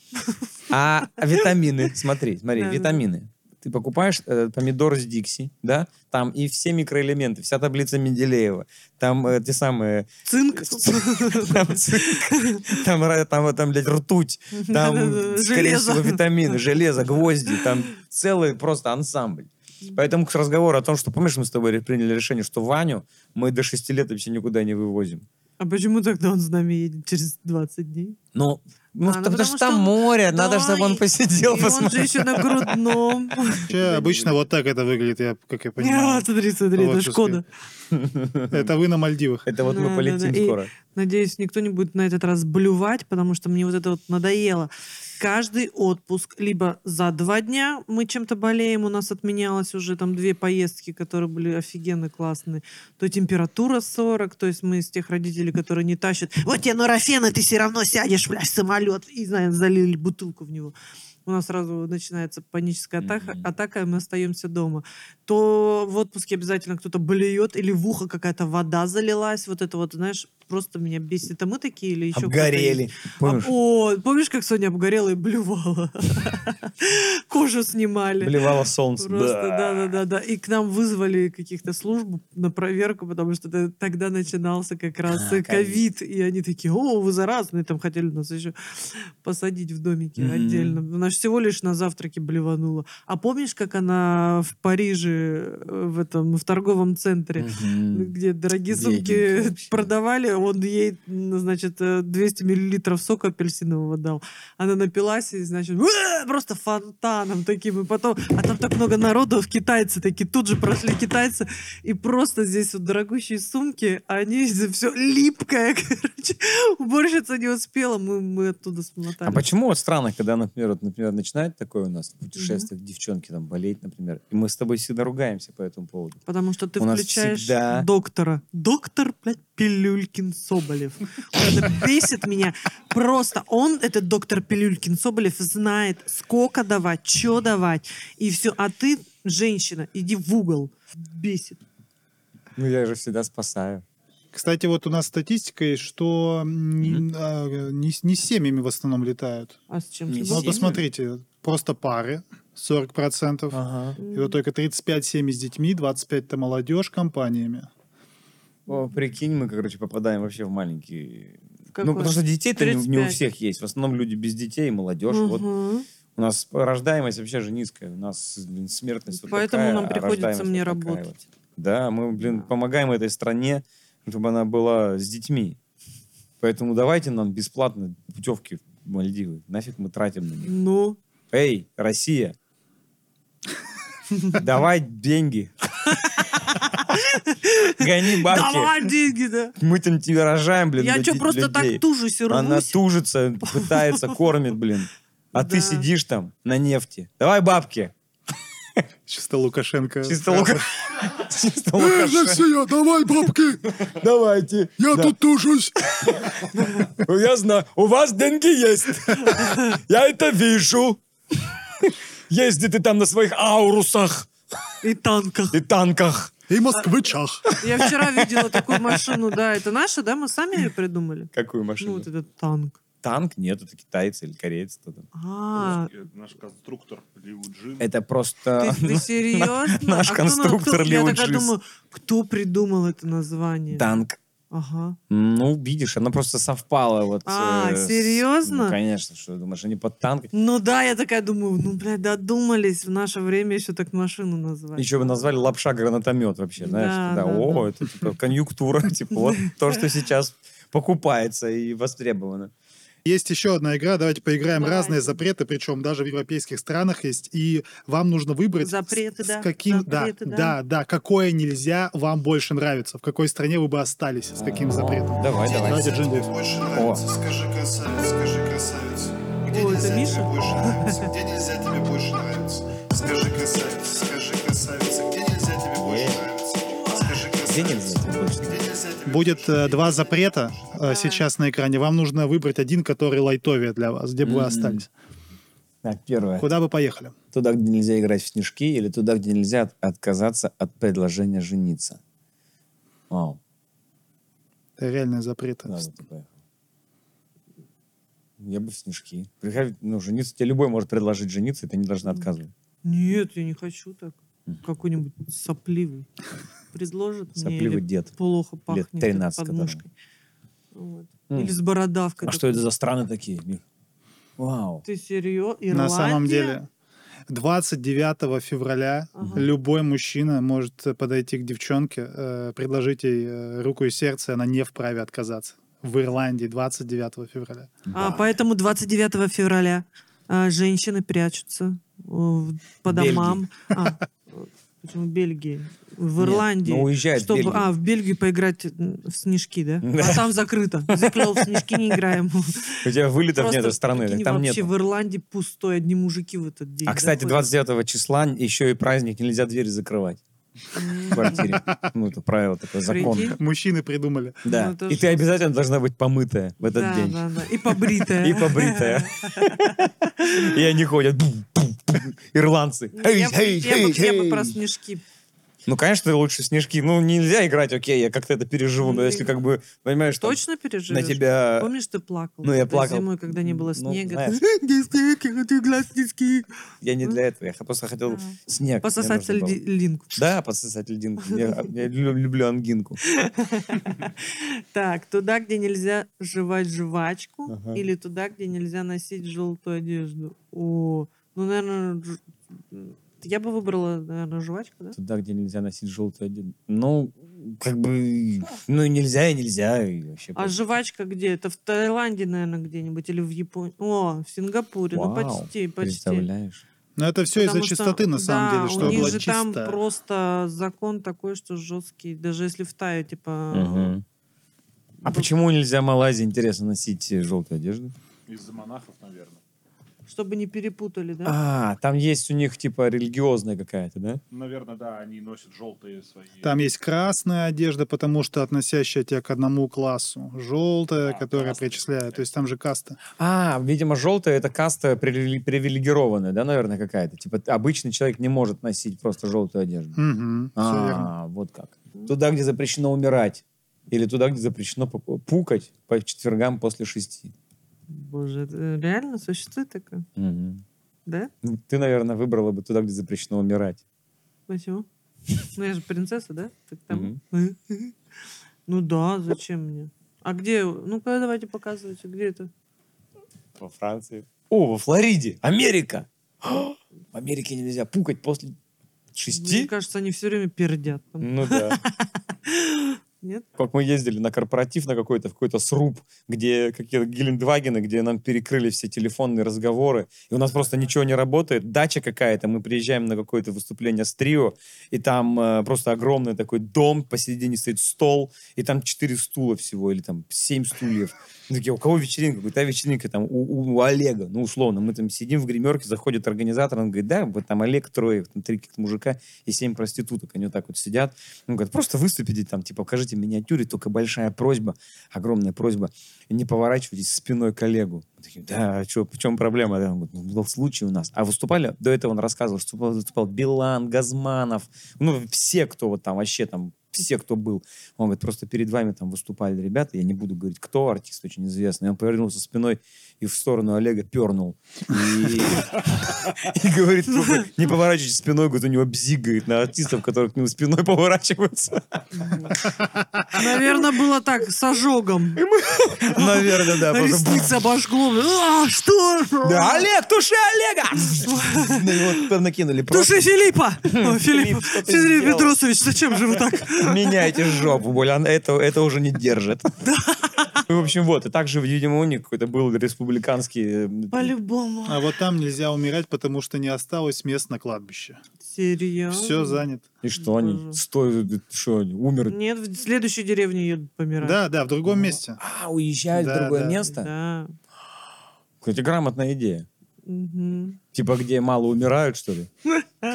A: а витамины, смотри, смотри,
B: Да-да-да.
A: витамины. Ты покупаешь э, помидор с Дикси, да? Там и все микроэлементы, вся таблица Менделеева, там э, те самые,
B: Цинк.
A: там, цинк, там, ра- там, там, блядь, ртуть, там,
B: Да-да-да,
A: скорее
B: железо.
A: всего, витамины, железо, гвозди, там целый просто ансамбль. Поэтому к разговору о том, что, помнишь, мы с тобой ре- приняли решение, что Ваню мы до 6 лет вообще никуда не вывозим.
B: А почему тогда он с нами едет через 20 дней?
A: Ну, ну,
B: А, ну,
A: потому,
B: потому
A: что,
B: что
A: там
B: он-
A: море,
B: Да,
A: надо, чтобы он
B: и-
A: посидел,
B: И он же
A: посмотрел.
B: еще на грудном.
C: Вообще, обычно вот так это выглядит, я, как я
B: А,
C: понимаю.
B: Смотри, смотри, это
C: Творчески.
B: Шкода.
C: Это вы на Мальдивах.
A: Это вот мы
B: Да-да-да,
A: полетим
B: и-
A: скоро.
B: Надеюсь, никто не будет на этот раз блювать, потому что мне вот это вот надоело. Каждый отпуск, либо за два дня мы чем-то болеем, у нас отменялось уже там две поездки, которые были офигенно классные, то температура 40, то есть мы из тех родителей, которые не тащат, вот тебе нурофен, и ты все равно сядешь, блядь, в самолет, и, знаешь, залили бутылку в него. У нас сразу начинается паническая атака,
A: Мгм.
B: атака, и мы остаемся дома. То в отпуске обязательно кто-то блюет, или в ухо какая-то вода залилась, вот это вот, знаешь, просто меня бесит. Это мы такие или еще кто-то есть?
A: Обгорели. Помнишь?
B: Об- О, помнишь, как Соня обгорела и блювала? Кожу снимали.
A: Блевало солнце.
B: Просто, да-да-да. И к нам вызвали каких-то служб на проверку, потому что т- тогда начинался как раз
A: А,
B: э, ковид. И они такие, о, вы заразные, там хотели нас еще посадить в домике
A: Мгм.
B: отдельно. Она же всего лишь на завтраке блеванула. А помнишь, как она в Париже, э, в этом, в торговом центре,
A: Мгм.
B: Ну, где дорогие
A: Бедненькая
B: сумки
A: вообще.
B: продавали, он ей, м, значит, э, 200 миллилитров сока апельсинового дал. Она напилась и, значит, «Уа!» просто фонтаном таким. И потом, а там так много народу, китайцы такие, тут же прошли китайцы. И просто здесь вот дорогущие сумки, они все липкое, короче. Уборщица не успела, мы, мы оттуда смотали.
A: А почему вот странно, когда, например, вот, например, начинает такое у нас в путешествиях девчонки там болеть, например, и мы с тобой всегда ругаемся по этому поводу.
B: Потому что ты
A: У нас
B: включаешь
A: всегда-
B: доктора. Доктор, блядь, Пилюлькин Соболев. Вот это бесит меня. Просто он, этот доктор Пилюлькин Соболев, знает, сколько давать, что давать. И все. А ты, женщина, иди в угол. Бесит.
A: Ну, я же всегда спасаю.
C: Кстати, вот у нас статистика есть, что м, а, не с не с семьями в основном летают.
B: А с чем?
A: Не
B: ты
A: С
C: Вот
A: семьями?
B: бог-
C: Ну, посмотрите, просто пары 40%. И вот только 35 семьи с детьми, 25 это молодежь компаниями.
A: О, прикинь, мы, короче, попадаем вообще в маленькие...
B: В
A: Ну,
B: какой?
A: потому что детей-то не, не у
B: 35.
A: всех есть. В основном люди без детей, молодежь. Вот
B: Мгм.
A: У нас рождаемость вообще же низкая. У нас блин, смертность вот
B: Поэтому
A: такая,
B: нам
A: а
B: приходится
A: рождаемость
B: мне
A: вот такая
B: работать.
A: вот. Да, мы, блин, помогаем этой стране, чтобы она была с детьми. Поэтому давайте нам бесплатно путевки в Мальдивы. Нафиг мы тратим на них.
B: Ну,
A: Эй, Россия, давай деньги. Гони бабки.
B: давай деньги, да.
A: Мы там тебя рожаем, блин,
B: Я
A: для
B: что,
A: де-
B: просто
A: людей.
B: так тужусь и
A: Она
B: рвусь?
A: тужится, пытается, кормит, блин. А ты
B: Да.
A: сидишь там на нефти. Давай бабки.
C: Чисто Лукашенко.
A: Чисто Лука- Чисто
B: Ну
A: Лукашенко.
C: Россия, а давай бабки,
A: Давайте. Да.
C: тужусь.
A: Ну, Я знаю, у вас деньги есть. Я это вижу. Езди ты там на своих аурусах
B: И танках.
A: и танках.
C: И москвичах.
B: Я вчера видела такую машину, да, это наша, да, мы сами ее придумали.
A: Какую машину?
B: Ну, вот этот танк.
A: Танк? Нет, это китайцы или корейцы. кто там.
B: А,
F: Наш- э, Наш конструктор Лиу Джин.
A: Это
B: ты,
A: просто...
B: ты серьезно?
A: наш
B: А кто на- кто-
A: конструктор
B: Я такая
A: Леончис.
B: думаю, кто придумал это название?
A: Танк.
B: Ага.
A: Ну, видишь, она просто совпала. Вот,
B: А,
A: э, с-
B: серьезно?
A: Ну, конечно, что ты думаешь, они под танк.
B: Ну да, я такая думаю, ну, блядь, додумались в наше время еще так машину назвать.
A: Еще бы назвали лапша гранатомет вообще, знаешь?
B: Да,
A: Да,
B: да,
A: о,
B: да.
A: это типа конъюнктура, типа вот то, что сейчас покупается и востребовано.
C: Есть еще одна игра, давайте поиграем.
D: Давай.
C: Разные запреты, причем даже в европейских странах есть. И вам нужно выбрать... с-
B: Запреты,
C: с
B: да,
C: Каким...
B: запреты,
C: да,
B: да.
C: да, да, какое нельзя вам больше нравится. В какой стране вы бы остались, с каким запретом.
A: Давай, давай.
C: Давайте, Джинджи.
G: больше нравится? Скажи, красавец, скажи, красавец. Где
B: О, это
G: нельзя
B: Миша?
G: тебе больше нравится? Где нельзя тебе больше нравится? Скажи, красавец, скажи, красавица. Где нельзя тебе больше
A: Э.
G: нравится? Скажи,
A: Где
G: красавец.
A: нельзя тебе больше?
G: Где нельзя тебе
C: Будет
G: больше
C: э, два запрета э, сейчас на экране. Вам нужно выбрать один, который лайтовее для вас, где бы вы
A: М.
C: остались.
A: Так, первое.
C: Куда бы поехали?
A: Туда, где нельзя играть в снежки, или туда, где нельзя от- отказаться от предложения жениться. Вау.
C: Это реальные запреты.
A: Да, вот такое. Я бы в снежки. Приходи- Ну, жениться тебе любой может предложить жениться, и ты не должна отказывать.
B: Нет, я не хочу так. Какой-нибудь сопливый. Предложит мне
A: Сопливый
B: или
A: дед.
B: плохо пахнет этой
A: 13 которому.
B: подмушкой. Вот.
A: М.
B: Или с бородавкой.
A: А что это за страны такие, Мир? Вау.
B: Ты серьезно?
C: На самом деле, 29 февраля
B: Ага.
C: любой мужчина может э, подойти к девчонке, э, предложить ей э, руку и сердце, и она не вправе отказаться. В Ирландии 29 февраля.
B: А, поэтому 29 февраля а, женщины прячутся э, в- по
A: Бельгии.
B: домам. А, э, почему в Бельгии? В
A: Нет,
B: Ирландии.
A: Ну, уезжает в
B: чтобы,
A: Бельгию.
B: А, в Бельгию поиграть м, в снежки, да?
A: Да.
B: А там закрыто. Заклел, в снежки не играем.
A: У тебя вылетов нет
B: Просто
A: из страны,
B: прикинь,
A: там нет.
B: вообще в Ирландии пустой, одни мужики в этот день.
A: А, кстати,
B: заходят.
A: 29 числа еще и праздник, нельзя двери закрывать в квартире. Ну, это правило такое, закон.
B: Прикинь.
C: Мужчины придумали.
A: Да.
B: Ну, это
A: И ты
B: жестко.
A: обязательно должна быть помытая в этот
B: Да,
A: день.
B: да, да. И побритая.
A: И побритая. И они ходят. бум, бум, бум. Ирландцы.
B: Ну, Я бы-
A: Эй,
B: я бы-
A: эй, эй,
B: Я бы
A: эй.
B: про снежки.
A: Ну, конечно, лучше снежки. Ну, нельзя играть, окей, я как-то это переживу. Но
B: Ну,
A: если
B: ты
A: как бы, понимаешь, там
B: Точно
A: на
B: переживешь?
A: тебя...
B: Помнишь, ты плакал?
A: Ну, я
B: когда
A: плакал.
B: Зимой, когда не было
A: Ну,
B: снега.
A: знаешь.
B: Где снег? Я хочу глаз снежки.
A: Я не для этого, я х- просто хотел
B: Ага.
A: снег. мне
B: ну, Пососать
A: нужно было.
B: льди- линку.
A: Да, пососать льдинку. Я я лю- люблю ангинку.
B: Так, туда, где нельзя жевать жвачку,
A: Ага.
B: или туда, где нельзя носить желтую одежду. О, ну, наверное, я бы выбрала, наверное, жвачку, да?
A: Туда, где нельзя носить желтый один. Ну, как бы, ну и нельзя, и нельзя. и вообще
B: А
A: просто.
B: жвачка где? Это в Таиланде, наверное, где-нибудь, или в Японии. О, в Сингапуре. Ну,
A: Вау,
B: почти, почти.
A: Представляешь?
C: Но это все
B: Потому
C: из-за
B: что-
C: чистоты, на самом
B: да,
C: деле, что
B: у них
C: было
B: же
C: чисто.
B: там просто закон такой, что жесткий, даже если в Тае, типа...
A: Мгм. А
C: Ну.
B: вот
A: почему нельзя в Малайзии, интересно, носить э, желтую одежду?
F: Из-за монахов, наверное.
B: Чтобы не перепутали,
C: Ну.
B: да?
A: А, там есть у них, типа, религиозная какая-то, да?
F: Наверное, да, они носят желтые свои.
C: Там есть красная одежда, потому что относящая тебя к одному классу. Желтая,
F: А,
C: которая
F: красная,
C: причисляет. То есть там же каста.
A: А, видимо, желтая это каста привили- привилегированная, да, наверное, какая-то. Типа, т- обычный человек не может носить просто желтую одежду.
C: Мгм, всё верно.
A: А, вот как. Туда, где запрещено умирать. Или туда, где запрещено пу- пукать по четвергам после шести.
B: Боже, это э, реально существует такое?
A: Мгм.
B: Да?
A: Ну, Ты, наверное, выбрала бы туда, где запрещено умирать.
B: Почему? Ну, я же принцесса, да? Так там-
A: Мгм.
B: Ну да, зачем мне? А где? Ну-ка, давайте показывайте, где это?
A: Во Франции. О, во Флориде, Америка. О, В Америке нельзя пукать после
B: Мне
A: шести.
B: кажется, они все время пердят. там.
A: Ну да.
B: Нет?
A: Как мы ездили на корпоратив на какой-то, в какой-то сруб, где какие-то Гелендвагены, где нам перекрыли все телефонные разговоры, и у нас просто ничего не работает. Дача какая-то, мы приезжаем на какое-то выступление с трио, и там э, просто огромный такой дом, посередине стоит стол, и там четыре стула всего, или там семь стульев. Мы такие, у кого вечеринка? Говорит, та вечеринка там у, у- у Олега, ну условно. Мы там сидим в гримерке, заходит организатор, он говорит, да, вот там Олег трое, там три каких-то мужика и семь проституток, они вот так вот сидят. Он Ну, говорит, просто выступите там, типа, покажите миниатюре, только большая просьба, огромная просьба, не поворачивайтесь спиной к Олегу. Мы такие, да, а чё, в чем проблема? Он говорит, ну, был случай у нас. А выступали, до этого он рассказывал, что выступал, выступал Билан, Газманов, ну, все, кто вот там вообще там, все, кто был. Он говорит, просто перед вами там выступали ребята, я не буду говорить, кто артист очень известный. И Он повернулся спиной и в сторону Олега пернул. И, и говорит, «Слушай, не поворачивайтесь спиной, говорит, у него бзик, говорит, на артистов, которые к нему спиной поворачиваются.
B: Наверное, было так, с ожогом.
A: Наверное, да. просто
B: Ресницы обожгло. А, что?
A: Да, Олег, туши Олега! На него там накинули просто.
B: Туши Филиппа! О, Филипп,
A: Филипп, что ты
B: Филипп
A: сделал?
B: Петрович, зачем же вы так?
A: Меняйте жопу, боль, она это, это уже не держит. Ну, В общем, вот, и также, видимо, у них какой-то был республиканский... э,
B: По-любому.
C: А вот там нельзя умирать, потому что не осталось мест на кладбище.
B: Серьезно?
C: Все занято.
A: И что они?
B: Мгм.
A: Стой, э, что они? Умер.
B: Нет, в следующей деревне едут помирать.
C: Да, да, в другом месте.
A: А, уезжают в
C: Да,
A: другое
C: да.
A: место?
B: Да.
A: Кстати, грамотная идея.
B: Мгм.
A: Типа, где мало умирают, что ли?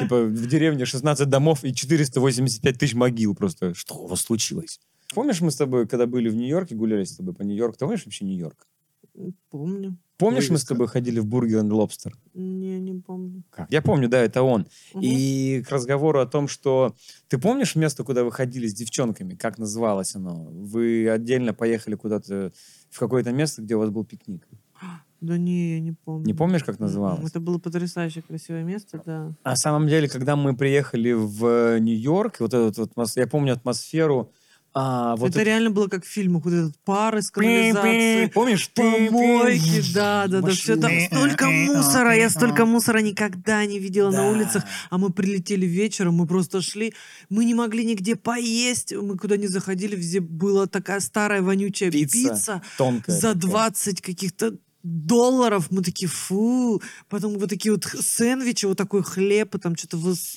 A: Типа, в деревне 16 домов и 485 тысяч могил просто. Что у вас случилось? Помнишь, мы с тобой, когда были в Нью-Йорке, гуляли с тобой по Нью-Йорку? Ты помнишь вообще Нью-Йорк?
B: Помню.
A: Помнишь, мы с
C: Вывеска.
A: тобой ходили в Бургер энд Лобстер?
B: Не, не помню.
A: Как? Я помню, да, это он.
B: Мгм.
A: И к разговору о том, что... Ты помнишь место, куда вы ходили с девчонками? Как называлось оно? Вы отдельно поехали куда-то в какое-то место, где у вас был пикник.
B: Да не, я не помню.
A: Не помнишь, как
B: Мгм.
A: называлось?
B: Это было потрясающе красивое место, да.
A: На самом деле, когда мы приехали в э, Нью-Йорк, вот этот вот атмос- я помню атмосферу. а, вот
B: это,
A: это-
B: реально было как в фильмах, вот этот пар из
A: Пи-пи,
B: канализации,
A: Помнишь? Пи-пи.
B: помойки, да, да, да, все там
C: Машины.
B: столько мусора, я столько мусора никогда не видела на
A: Да.
B: улицах, а мы прилетели вечером, мы просто шли, мы не могли нигде поесть, мы куда не заходили, везде была такая старая вонючая
A: Пицца.
B: пицца
A: Тонкая.
B: за
A: такая.
B: 20 каких-то долларов. Мы такие, фу. Потом вот такие вот х- сэндвичи, вот такой хлеб, и там что-то выс-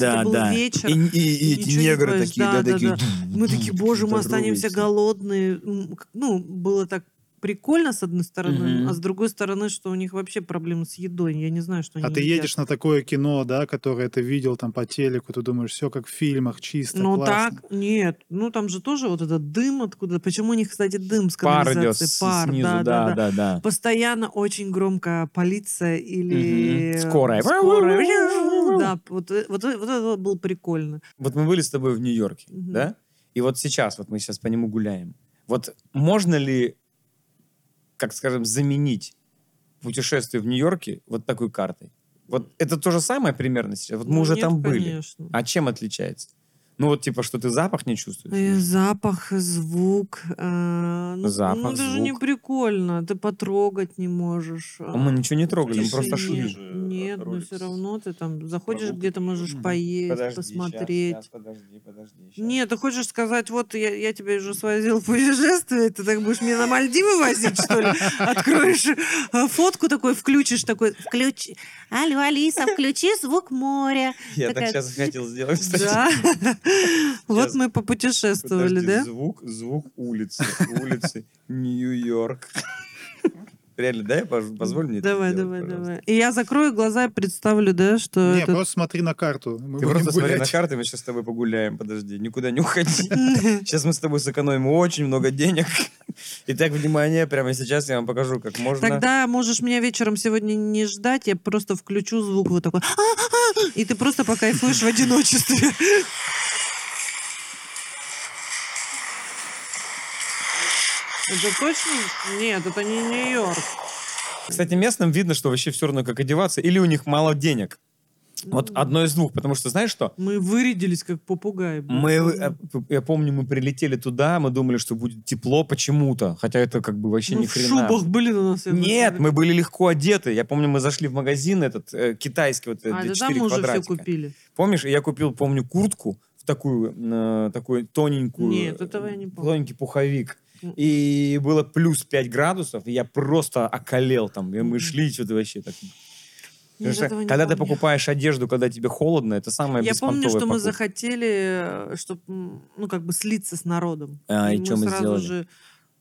A: М, да,
B: Это был
A: да.
B: вечер.
A: И, и- и эти
B: ничего не
A: негры
B: поешь.
A: такие, да,
B: Да, да,
A: такие.
B: да. Мы такие, боже,
A: здоровые
B: мы останемся
A: все.
B: голодные. М, к- Ну, было так прикольно, с одной стороны,
A: Мгм.
B: а с другой стороны, что у них вообще проблемы с едой. Я не знаю, что они
C: А ты
B: едят.
C: едешь на такое кино, да, которое ты видел там по телеку, ты думаешь, все как в фильмах, чисто,
B: Ну
C: классно.
B: так, нет. Ну там же тоже вот этот дым откуда. Почему у них, кстати, дым с
A: Пар
B: канализации?
A: идет с- снизу, да, да, да.
B: Постоянно очень громко полиция или...
A: Мгм. Скорая.
B: Скорая. Да, вот, э- вот, э- вот это было прикольно.
A: Вот мы были с тобой в Нью-Йорке,
B: Мгм.
A: да? И вот сейчас, вот мы сейчас по нему гуляем. Вот можно ли, как скажем, заменить путешествие в Нью-Йорке вот такой картой? Вот это то же самое примерно сейчас. Вот мы
B: Ну,
A: уже
B: нет,
A: там были.
B: конечно.
A: А чем отличается? Ну вот типа, что ты запах не
B: Э,
A: чувствуешь?
B: Запах, звук. э, ну,
A: Запах,
B: ну, даже не
A: звук.
B: прикольно. Ты потрогать не можешь.
A: А мы ничего не трогали, мы
F: Тишине.
A: просто
B: Тишине.
A: шли. э,
F: шли.
B: Нет, но все
F: Роликс.
B: равно ты там заходишь
F: Прогулка
B: где-то, можешь
A: Мгм.
B: поесть, посмотреть.
A: подожди, подожди.
B: Нет, ты хочешь сказать, вот я, я тебя уже свозил в путешествие, ты так будешь меня на Мальдивы возить, что ли? Откроешь э, фотку такой, включишь такой, включи. Алло, Алиса, включи звук моря.
A: Я так
B: такая-
A: сейчас хотел сделать, кстати.
B: Да. Вот
A: Сейчас.
B: мы попутешествовали, да?
A: звук, звук улицы, улицы Нью-Йорк. Реально, да, я пож- позволь мне это
B: Давай,
A: сделать,
B: давай,
A: пожалуйста?
B: давай. И я закрою глаза и представлю, да, что
C: Не,
B: это...
C: просто смотри на карту. Мы
A: Ты
C: будем
A: просто смотри на
C: гулять.
A: карты, мы сейчас с тобой погуляем, подожди, никуда не уходи. Сейчас мы с тобой сэкономим очень много денег. Итак, внимание, прямо сейчас я вам покажу, как можно...
B: Тогда можешь меня вечером сегодня не ждать, я просто включу звук вот такой. И ты просто покайфуешь в одиночестве. Это точно? Нет, это не Нью-Йорк.
A: Кстати, местным видно, что вообще все равно, как одеваться, или у них мало денег. Вот а
B: Ну,
A: одно из двух, потому что знаешь что?
B: Мы вырядились, как попугай. блин.
A: Мы, э, я помню, мы прилетели туда, мы думали, что будет тепло почему-то, хотя это как бы вообще
B: Мы
A: ни
B: Ну, в
A: хрена.
B: шубах были на нас. я
A: Нет,
B: представляю.
A: мы были легко одеты. Я помню, мы зашли в магазин этот э, китайский вот
B: А,
A: эти
B: да там
A: 4
B: мы уже все
A: квадратика.
B: купили.
A: Помнишь, я купил, помню, куртку в такую, э, такую тоненькую.
B: Нет, этого я не помню.
A: Тоненький пуховик.
B: Мгм.
A: И было плюс 5 градусов, и я просто околел там. И мы
B: Мгм.
A: шли что-то вообще так.
B: Я
A: Потому что
B: этого не
A: когда ты
B: помню.
A: покупаешь одежду, когда тебе холодно, это самое
B: Я помню,
A: беспонтовая
B: что мы
A: покупка.
B: захотели, чтобы, ну, как бы слиться с народом.
A: А, и чё мы
B: сразу
A: сделали?
B: же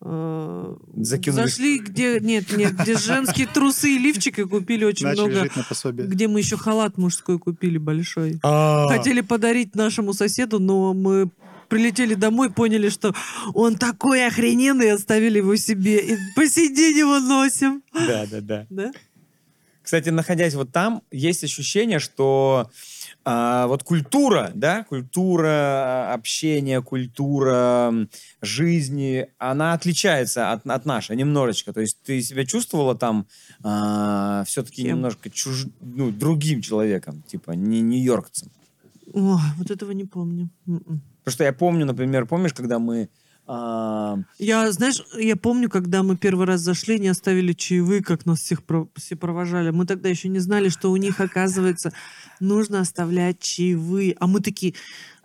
B: э,
A: Закинули-
B: зашли где нет нет где женские трусы и лифчик и купили очень
C: Начали
B: много
C: жить на пособие.
B: где мы еще халат мужской купили большой
A: А,
B: хотели подарить нашему соседу но мы прилетели домой поняли что он такой охрененный и оставили его себе и по сей день его носим
A: Да, да, да.
B: да
A: Кстати, находясь вот там, есть ощущение, что а, вот культура, да, культура а, общения, культура м, жизни, она отличается от, от нашей немножечко. То есть ты себя чувствовала там все-таки
B: Кем?
A: немножко чуж... ну, другим человеком, типа не нью-йоркцем.
B: Ой, вот этого не помню М-м.
A: Потому что я помню, например, помнишь, когда мы... а,
B: Я, знаешь, я помню, когда мы первый раз зашли, не оставили чаевые, как нас всех про- все провожали. Мы тогда еще не знали, что у них, оказывается, нужно оставлять чаевые. А мы такие,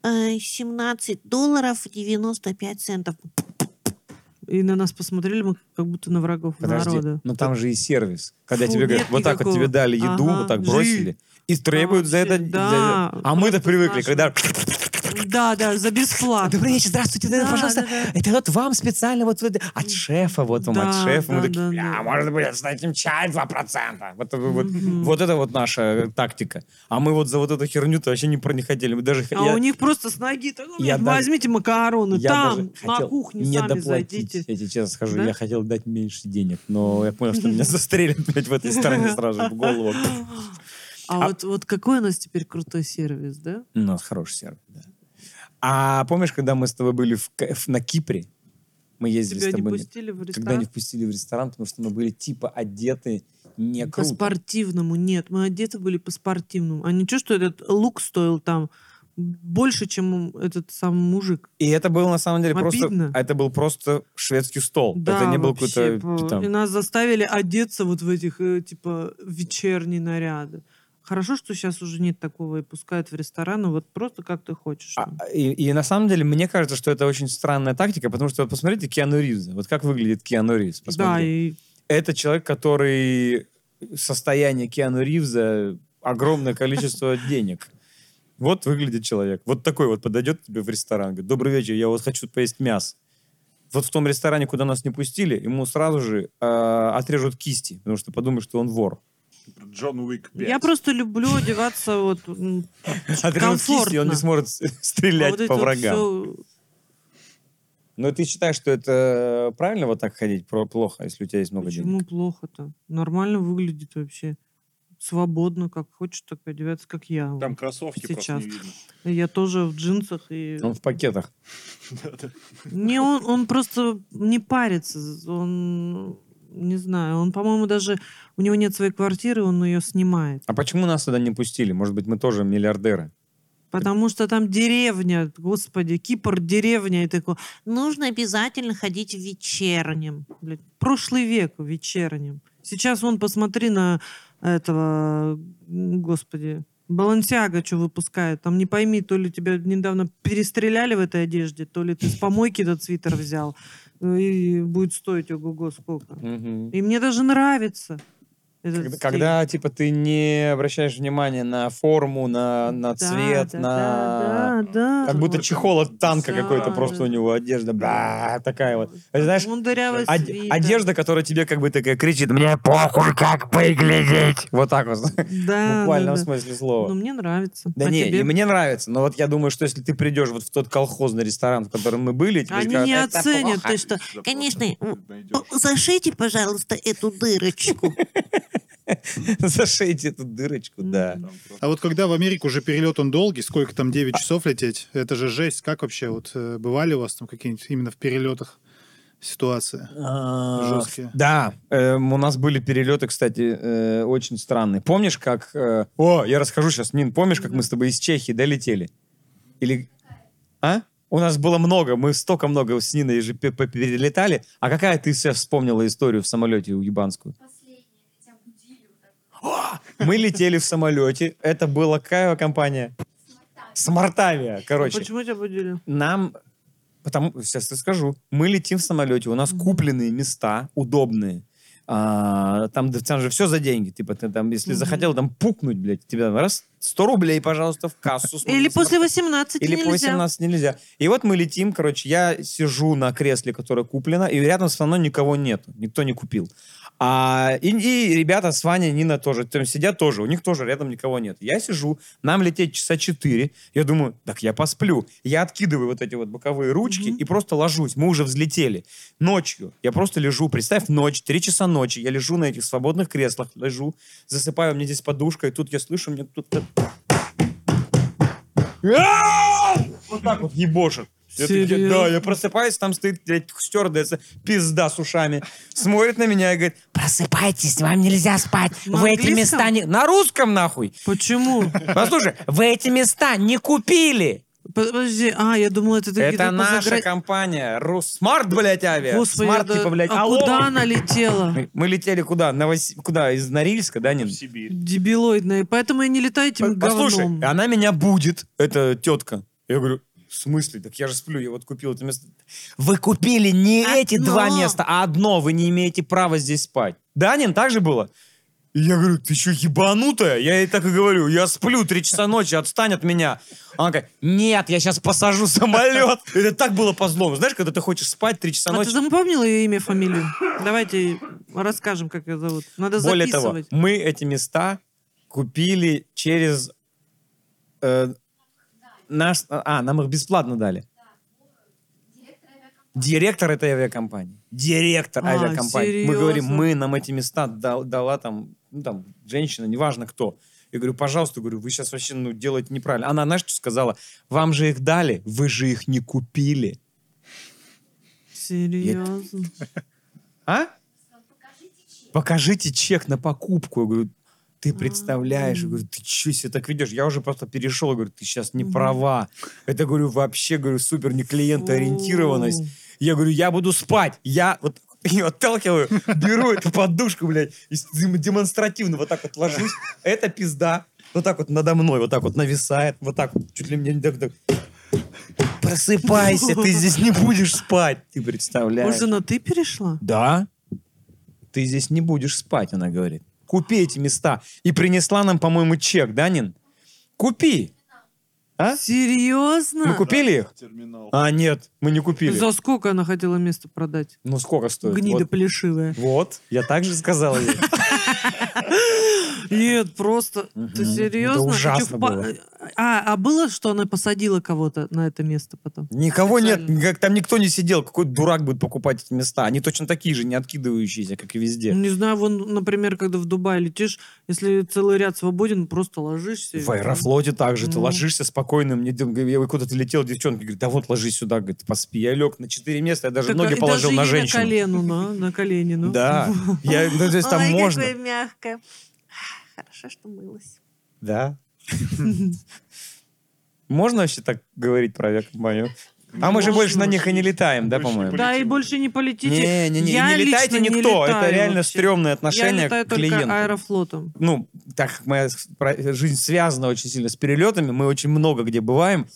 B: «Э, 17 долларов 95 центов. И на нас посмотрели, мы как будто на врагов
A: подожди,
B: народа.
A: но там же и сервис. Когда
B: Фу,
A: тебе
B: нет
A: говорят, вот так вот
B: никакого.
A: тебе дали еду,
B: Ага,
A: вот так
B: жи.
A: бросили, и требуют за это...
B: Вообще,
A: за-
B: да,
A: а мы-то
B: просто
A: привыкли,
B: страшно.
A: когда...
B: Да, да, за бесплатно.
A: Добрый вечер, здравствуйте, да,
B: Да,
A: пожалуйста.
B: да, да.
A: Это вот вам специально, вот, вот от шефа, вот вам
B: Да,
A: от шефа. Мы
B: да,
A: такие,
B: да,
A: «Бля,
B: да.
A: может быть, с этим чай 2%. Вот, вы- вот,
B: Мгм.
A: вот это вот наша тактика. А мы вот за вот эту херню-то вообще не, про- не хотели. Мы даже,
B: А
A: я-
B: у них просто с ноги. «Так, ну,
A: Я
B: блядь,
A: даже-
B: возьмите макароны,
A: я
B: там,
A: даже
B: на
A: хотел
B: кухне
A: не
B: сами
A: доплатить.
B: зайдите.
A: Я тебе честно скажу,
B: Да?
A: я хотел дать меньше денег, но я понял, что меня застрелят блядь, в этой стороне сразу в голову.
B: А,
A: А-
B: вот, вот какой у нас теперь крутой сервис, да?
A: Ну, У нас хороший сервис, да. А помнишь, когда мы с тобой были в К- в- на Кипре? Мы ездили
B: Тебя
A: с
B: не
A: тобой. на-
B: пустили в
A: когда не
B: ресторан?
A: впустили в ресторан, потому что мы были типа одеты не
B: Ну,
A: круто.
B: По-спортивному, нет. Мы одеты были по-спортивному. А ничего, что этот лук стоил там больше, чем этот сам мужик.
A: И это был на самом деле
B: Обидно.
A: просто, а это был просто шведский стол.
B: Да,
A: это не был
B: вообще,
A: какой-то типа,
B: по-
A: там,
B: И нас заставили одеться вот в этих, э, типа, вечерние наряды. Хорошо, что сейчас уже нет такого и пускают в рестораны, вот просто как ты хочешь.
A: А,
B: там.
A: и, и на самом деле, мне кажется, что это очень странная тактика, потому что вот посмотрите Киану Ривза. Вот как выглядит Киану Ривз.
B: да,
A: Посмотри.
B: и
A: Это человек, который состояние Киану Ривза огромное количество денег. Вот выглядит человек. Вот такой вот подойдет к тебе в ресторан, говорит, добрый вечер, я вот хочу поесть мясо. Вот в том ресторане, куда нас не пустили, ему сразу же э, отрежут кисти, потому что подумают, что он вор.
F: типа Джон Уик 5.
B: я просто люблю одеваться вот м,
A: Отрежут кисти, и он
B: Комфортно.
A: не сможет с-
B: а
A: стрелять
B: вот это
A: по
B: вот
A: врагам.
B: всё
A: Но ты считаешь, что это правильно вот так ходить про плохо, если у тебя есть много
B: Почему
A: денег?
B: плохо-то? Нормально выглядит вообще. Свободно, как хочешь, так одеваться, как я.
F: Там кроссовки
B: Сейчас.
F: просто не видно.
B: Я тоже в джинсах и...
A: Он в пакетах.
B: Не, он, он просто не парится. Он, не знаю, он, по-моему, даже... У него нет своей квартиры, он ее снимает.
A: А почему нас туда не пустили? Может быть, мы тоже миллиардеры?
B: Потому что там деревня, господи, Кипр деревня. И такой, нужно обязательно ходить в вечернем. Блядь, прошлый век в вечернем. Сейчас вон посмотри на этого, м, господи, Балансиага что выпускает. Там не пойми, то ли тебя недавно перестреляли в этой одежде, то ли ты с помойки этот свитер взял. Ну И будет стоить ого-го сколько. И мне даже нравится. этот
A: Когда,
B: стиль.
A: когда, типа, ты не обращаешь внимания на форму, на, на
B: Да,
A: цвет,
B: да,
A: на...
B: да, да,
A: Как будто
B: вот.
A: чехол от танка
B: Да,
A: какой-то,
B: да.
A: просто у него одежда бра, такая вот. Это, знаешь,
B: Он дырявый
A: од-
B: свитер.
A: одежда, которая тебе как бы такая кричит, мне похуй, как выглядеть. Вот так вот, в
B: Да,
A: буквальном
B: да, да.
A: смысле слова.
B: Ну, мне нравится.
A: Да
B: А
A: не,
B: тебе?
A: и мне нравится, но вот я думаю, что если ты придешь вот в тот колхозный ресторан, в котором мы были, тебе
B: А Они
A: скажут,
B: не
A: «Это
B: оценят,
A: плохо».
B: ты что?
F: Запрос
H: конечно,
F: ты
H: м,
F: найдёшь.
H: Зашите, пожалуйста, эту дырочку.
A: Зашейте эту дырочку, да.
F: Там просто-
C: А вот когда в Америку уже перелет он долгий, сколько там
B: А.
C: 9 часов лететь, это же жесть. Как вообще вот э, бывали у вас там какие-нибудь именно в перелетах ситуации
A: А,
C: жесткие.
A: Да, эм, у нас были перелеты, кстати, э, очень странные. Помнишь, как... э, О, я расскажу сейчас, Нин, помнишь, как мы с тобой из Чехии долетели? Или... А? У нас было много, мы столько много с Ниной же пе- пе- перелетали. А какая ты все вспомнила историю в самолете уебанскую? О, Мы летели в самолете. Это была какая компания? Смартавия, короче. Ну,
B: Почему тебя будили?
A: Нам, потому сейчас расскажу, мы летим в самолете, у нас купленные места, удобные. А, там, да, там же все за деньги, типа ты там, если
B: Мгм.
A: захотел там пукнуть, блядь, тебе там раз 100 рублей, пожалуйста, в кассу. смотри,
B: Или после 18
A: или
B: нельзя.
A: по 18 нельзя. И вот мы летим, короче, я сижу на кресле, которое куплено, и рядом со мной никого нет, никто не купил. А, и, и ребята с Ваней, Нина тоже, там сидят тоже, у них тоже рядом никого нет. Я сижу, нам лететь часа 4, я думаю, так я посплю. Я откидываю вот эти вот боковые ручки
B: Мгм.
A: и просто ложусь, мы уже взлетели. Ночью я просто лежу, представь, ночь, 3 часа ночи, я лежу на этих свободных креслах, лежу, засыпаю, у меня здесь подушка, и тут я слышу, мне тут... Вот так вот ебошит. Я такой,
B: Серьёзно?
A: да, я просыпаюсь, там стоит блядь, стюардесса, пизда с ушами, смотрит на меня и говорит, просыпайтесь, вам нельзя спать,
B: На
A: в эти
B: английском?
A: места не... На русском, нахуй!
B: Почему?
A: Послушай, в эти места не купили!
B: Подожди, а, я думала, это такие
A: Это
B: там
A: наша
B: позагра-
A: компания, Руссмарт, блядь, авиа,
B: Господи,
A: Смарт,
B: да-
A: типа, блядь,
B: а
A: алло.
B: куда она летела?
A: Мы- Мы летели куда? Новос- Куда? Из Норильска, да, Нин?
F: в Сибирь.
B: Дебилоидная. Поэтому я не летаю этим
A: Послушай, а
B: говном. А
A: она меня будет, эта тетка. Я говорю, в смысле? Так я же сплю, я вот купил это место. Вы купили не эти два
B: Одно.
A: места, а одно. Вы не имеете права здесь спать. Данин, так же было? И я говорю, ты что, ебанутая? Я ей так и говорю, я сплю три часа ночи, отстань от меня. Она такая, нет, я сейчас посажу самолет. Это так было по-злому. Знаешь, когда ты хочешь спать три часа
B: А ты
A: ночи.
B: запомнила ее имя, фамилию? Давайте расскажем, как ее зовут. Надо
A: Более того,
B: записывать.
A: мы эти места купили через... э, наш, а, нам их бесплатно дали. Директор этой авиакомпании. Директор
B: А,
A: авиакомпании. Мы
B: серьезно?
A: говорим, мы нам эти места дал- дала там, ну, там, женщина, неважно кто. Я говорю, пожалуйста, говорю, вы сейчас вообще ну, делаете неправильно. Она, знаешь, что сказала? Вам же их дали, вы же их не купили.
B: Серьезно?
A: А? Покажите чек на покупку. Я говорю, ты представляешь? Я говорю, ты что себя так ведешь? Я уже просто перешел. Я говорю, ты сейчас не
B: Мгм.
A: права. Это, говорю, вообще, говорю, супер не клиентоориентированность.
B: Фу.
A: Я говорю, я буду спать. Я вот ее отталкиваю, беру эту подушку, блядь, и с- дем- демонстративно вот так вот ложусь. Это пизда. Вот так вот надо мной, вот так вот нависает, вот так вот, чуть ли мне не так, так. Просыпайся, ты здесь не будешь спать. Ты представляешь?
B: Может, она ты перешла?
A: Да. Ты здесь не будешь спать, она говорит. Купи эти места. И принесла нам, по-моему, чек, да, Нин? Купи. А?
B: Серьезно?
A: Мы купили их?
G: Терминал.
A: А, нет, мы не купили.
B: За сколько она хотела место продать?
A: Ну, сколько стоит?
B: Гнида
A: Вот.
B: плешивая.
A: Вот, я так же сказал ей.
B: Нет, просто...
A: Мгм.
B: Ты серьезно?
A: Это
B: Ты
A: ужасно
B: чё, в па-
A: было.
B: А, а было, что она посадила кого-то на это место потом?
A: Никого нет,
B: Специально.
A: никак- там никто не сидел. Какой дурак будет покупать эти места? Они точно такие же, не откидывающиеся, как и везде.
B: Не знаю, вон, например, когда в Дубае летишь, если целый ряд свободен, просто ложишься. и
A: В аэрофлоте также ты
B: Ну.
A: ложишься спокойно. Мне я куда-то летел, девчонка говорит, да вот ложись сюда, говорит, поспи. Я лег на четыре места, я даже
B: Так,
A: ноги
B: и даже
A: положил
B: ей
A: на
B: На
A: женщину.
B: колену, на, на колени. Ну.
A: Да. Я, ну, то есть там
H: Ой,
A: можно.
H: какое мягкое. Хорошо, что мылась.
A: Да. Можно вообще так говорить про авиакомпанию? А мы же
B: Можно,
A: больше на них и не
B: конечно.
A: летаем, да,
F: Больше не
A: по-моему?
F: будем.
B: Да, и больше не полетите.
A: Не, не, не,
B: Я
A: не летайте
B: лично не
A: никто. Это
B: летаю
A: реально
B: вообще.
A: стрёмное
B: Я
A: отношение
B: летаю
A: к
B: только
A: клиенту.
B: аэрофлотом.
A: Ну, так как моя с- про- жизнь связана очень сильно с перелетами, мы очень много где бываем.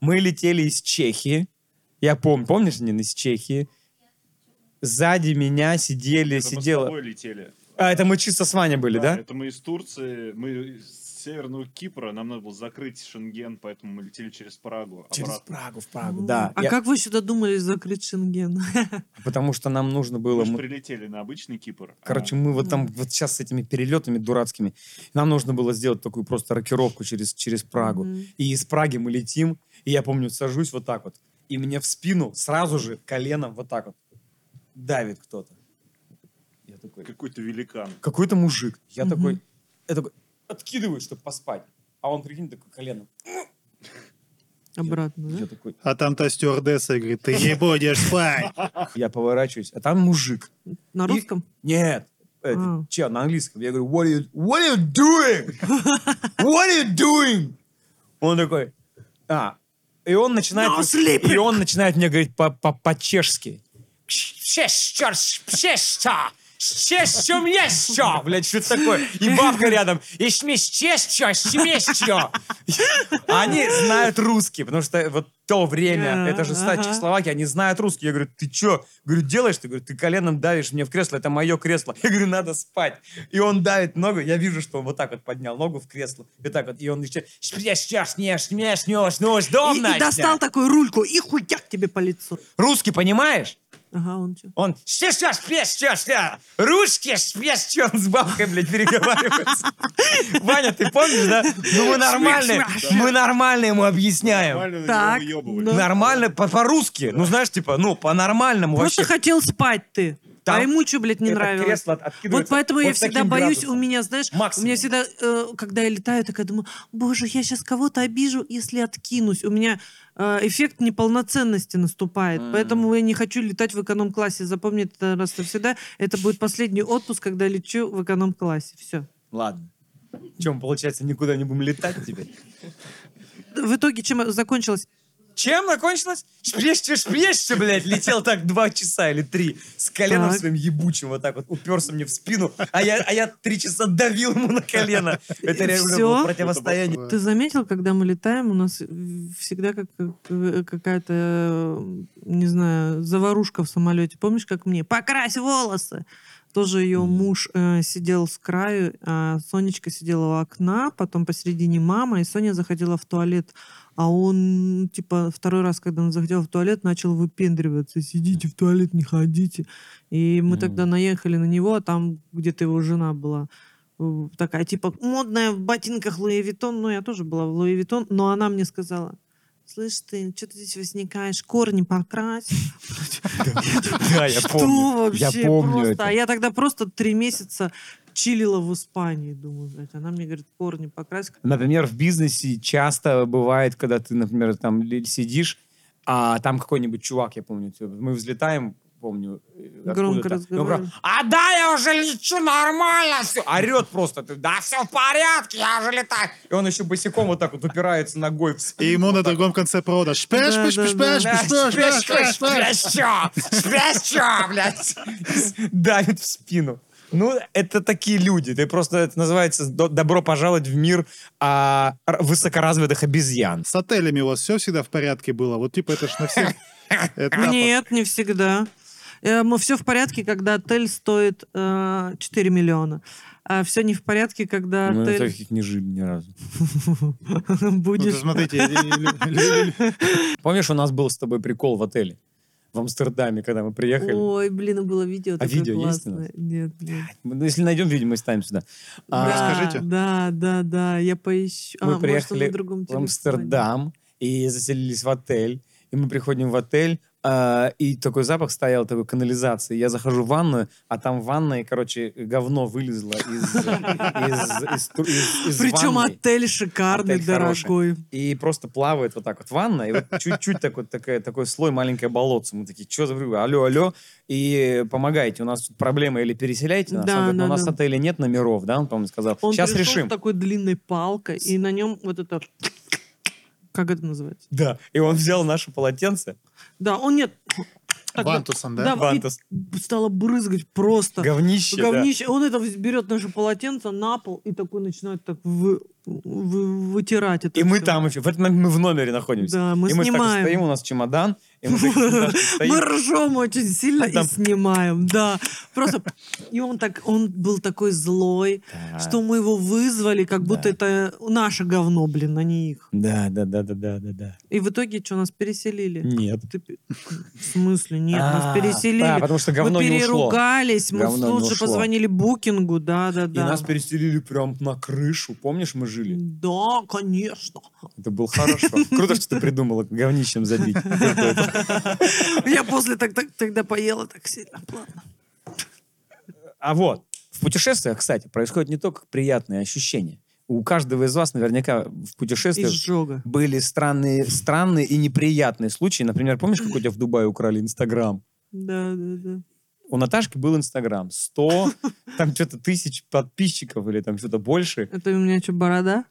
A: Мы летели из Чехии. Я помню, помнишь, Нина, из Чехии? Сзади меня сидели,
F: Это мы с
A: сидела...
F: тобой летели.
A: А, это мы чисто с Ваней были, да?
F: Это мы из Турции, мы из Северного Кипра, нам надо было закрыть Шенген, поэтому мы летели через Прагу
A: Через
F: обратно.
A: Прагу, в Прагу, да.
B: А
A: Я-
B: как вы сюда думали закрыть Шенген?
A: Потому что нам нужно было...
F: Мы же
A: мы-
F: прилетели на обычный Кипр. а
A: Короче, мы вот там вот сейчас с этими перелетами дурацкими, нам нужно было сделать такую просто рокировку через, через Прагу.
B: Мгм.
A: И из Праги мы летим, и я помню, сажусь вот так вот, и мне в спину сразу же коленом вот так вот давит кто-то. Я такой,
F: Какой-то великан.
A: какой-то мужик. Я
B: Мгм.
A: такой, я такой, откидываю, чтобы поспать. А он, прикинь, такой коленом.
B: Обратно, да?
A: Я такой,
C: А там та стюардесса и говорит, ты не будешь спать.
A: я поворачиваюсь, а там мужик.
B: На
A: И-
B: русском?
A: Нет. это,
B: А.
A: чел, на английском. Я говорю, what are you, what are you doing? What are you doing? Он такой, а. И он начинает... и он начинает мне говорить по- по- по-чешски. Чешчер, пшешча, чешчем ещё. Блядь, что это такое? И бабка рядом. И шмесь чешчё, шмещё. Они знают русский, потому что вот то время,
B: Да,
A: это же ста-
B: ага.
A: Чехословакия, они знают русский. Я говорю, ты чё? Говорю, делаешь? Ты, говорю, ты коленом давишь мне в кресло, это мое кресло. Я говорю, надо спать. И он давит ногу, я вижу, что он вот так вот поднял ногу в кресло. И так вот, и он еще... Шмещёшь, нешь, нешь, нешь, нешь,
B: И,
A: дом,
B: и
A: Настя!»
B: достал такую рульку и хуяк тебе по лицу.
A: Русский, понимаешь?
B: Ага, он что?
A: Он «Ща, ща, ща, ща, ща! русские, ща, ща!» Он с бабкой, блядь, переговаривается. Ваня, ты помнишь, да? Ну мы нормальные, мы нормально ему объясняем.
F: Нормально
B: Так, ну,
F: на него выебывали.
B: да.
A: Нормально, по- по-русски. Ну знаешь, типа, ну по-нормальному
B: Просто
A: вообще.
B: хотел спать ты.
A: Там
B: а ему что, блядь, не
A: Это
B: нравилось?
A: кресло от- откидывается
B: Вот поэтому я
A: вот таким
B: всегда боюсь, у
A: градусом.
B: меня, знаешь, у
A: Максимум.
B: меня всегда, э, когда я летаю, я такая думаю, боже, я сейчас кого-то обижу, если откинусь. У меня э, эффект неполноценности наступает,
A: М.
B: поэтому я не хочу летать в эконом-классе. Запомни это раз и всегда. Это будет последний отпуск, когда лечу в эконом-классе. Все.
A: Ладно. Чем, получается, никуда не будем летать теперь?
B: В итоге чем закончилось?
A: Чем закончилось? Шпрещу, шпрещу, блядь, летел так два часа или три. С коленом
B: Так.
A: своим ебучим вот так вот уперся мне в спину, а я, а я три часа давил ему на колено. Это реально
B: Всё?
A: было противостояние.
C: Типа,
B: Ты заметил, когда мы летаем, у нас в- всегда как как- какая-то, э, не знаю, заварушка в самолете. Помнишь, как мне? Покрась волосы! Тоже ее
A: Мгм.
B: муж э, сидел с краю, а Сонечка сидела у окна, потом посередине мама, и Соня заходила в туалет. А он, типа, второй раз, когда он заходил в туалет, начал выпендриваться. Сидите в туалет, не ходите. И мы
A: Мгм.
B: тогда наехали на него, а там где-то его жена была в- такая, типа, модная в ботинках Луи Виттон. Ну, я тоже была в Луи Виттон, но она мне сказала, слышь ты, что ты здесь возникаешь, корни покрась.
A: Да, я
B: Что вообще?
A: Я помню
B: Просто.
A: это.
B: А я тогда просто три месяца чилила в Испании, думаю, блядь. Она мне говорит, корни покрась.
A: Например, в бизнесе часто бывает, когда ты, например, там ли- сидишь, а там какой-нибудь чувак, я помню, типа, мы взлетаем, помню, э,
B: Громко
A: откуда-то. И он
B: разговаривает.
A: прям, А да, я уже лечу нормально, все. Орет просто, ты, да все в порядке, я уже летаю. И он еще босиком вот так вот упирается ногой в
C: И
A: спину.
C: ему на другом конце провода. Шпеш,
B: Да,
C: шпеш,
B: да,
C: шпеш,
B: да.
C: шпеш,
A: Да,
C: шпеш, шпеш, шпеш,
A: шпрещу,
C: шпеш.
A: шпрещу, шпрещу, блядь. Давит в спину. Ну, это такие люди. Ты просто, это называется, до- добро пожаловать в мир а, р- высокоразвитых обезьян.
C: С отелями у вас все всегда в порядке было? Вот типа это ж на всех этапах.
B: Нет, не всегда. Все в порядке, когда отель стоит э, 4 миллиона. А все не в порядке, когда
A: Мы
B: отель
A: Ну, таких не жили ни разу.
C: Ну, то
B: будешь...
C: смотрите, лю- лю-
B: А
C: лю- лю-
A: Помнишь, у нас был с тобой прикол в отеле? В Амстердаме, когда мы приехали.
B: Ой, блин, было видео такое
A: А видео есть у
B: классное.
A: нас?
B: Нет, нет.
A: Ну, Если найдем, видимо, и ставим сюда. А,
B: да,
C: расскажите.
B: Да, да, да, я поищу.
A: мы
B: а, может, он
A: приехали
B: на другом
A: в
B: телефоне.
A: Амстердам и заселились в отель. И мы приходим в отель, а, и такой запах стоял, такой канализации. Я захожу в ванную, а там в ванной, короче, говно вылезло из, из, из, тру- из- из
B: Причем
A: ванной.
B: отель шикарный,
A: Отель хороший.
B: дорогой.
A: И просто плавает вот так вот ванна, и вот чуть-чуть так вот такая, такой слой маленькое болотце. Мы такие, что за врюга? Алло, алло. И помогайте, у нас тут проблема, или переселяйте нас.
B: Да,
A: Он говорит, «Ну,
B: да,
A: у нас
B: да.
A: в отеле нет номеров, да? Он, по-моему, сказал.
B: Он
A: Сейчас
B: пришел
A: решим.
B: с такой длинной палкой, и на нем вот это... Как это называется?
A: Да, и он взял наше полотенце,
B: Да, он нет... так вот,
C: Вантусом, да?
B: да,
A: Вантус.
B: А, и б- стало брызгать просто.
A: говнище, да.
B: Говнище. Он это вз- берет наше полотенце на пол и такой начинает так вы- вы- вытирать это
A: И мы
B: всё.
A: там еще, в этот момент мы в номере находимся.
B: Да, мы
A: и мы так вот
B: снимаем.
A: стоим, у нас чемодан, и мы так вот стоим.
B: Мы ржем очень сильно
A: Там-
B: и снимаем, да. Просто и он так, он был такой злой,
A: Да.
B: что мы его вызвали, как будто это наше говно, блин, а не их.
A: Да, да, да, да, да, да, да.
B: И в итоге что нас переселили?
A: Нет.
B: Ты пи- В смысле, нет,
A: А,
B: нас
A: Да,
B: переселили.
A: потому что
B: Мы
A: говно не ушло.
B: переругались, мы
A: Говно не
B: тут же
A: ушло.
B: позвонили Букингу, да, да,
A: И
B: да.
A: нас переселили прям на крышу. Помнишь, мы жили?
B: Да, конечно.
A: Это было хорошо. Круто, что ты придумала говнищем забить.
B: Я после так- так- тогда поела так сильно. плавно.
A: А вот, в путешествиях, кстати, происходят не только приятные ощущения. у каждого из вас наверняка в путешествиях
B: Изжога.
A: были странные, странные и неприятные случаи. Например, помнишь, как у тебя в Дубае украли Инстаграм?
B: Да, да, да.
A: У Наташки был Инстаграм. 100, там что-то тысяч подписчиков или там что-то больше.
B: Это у меня что, борода?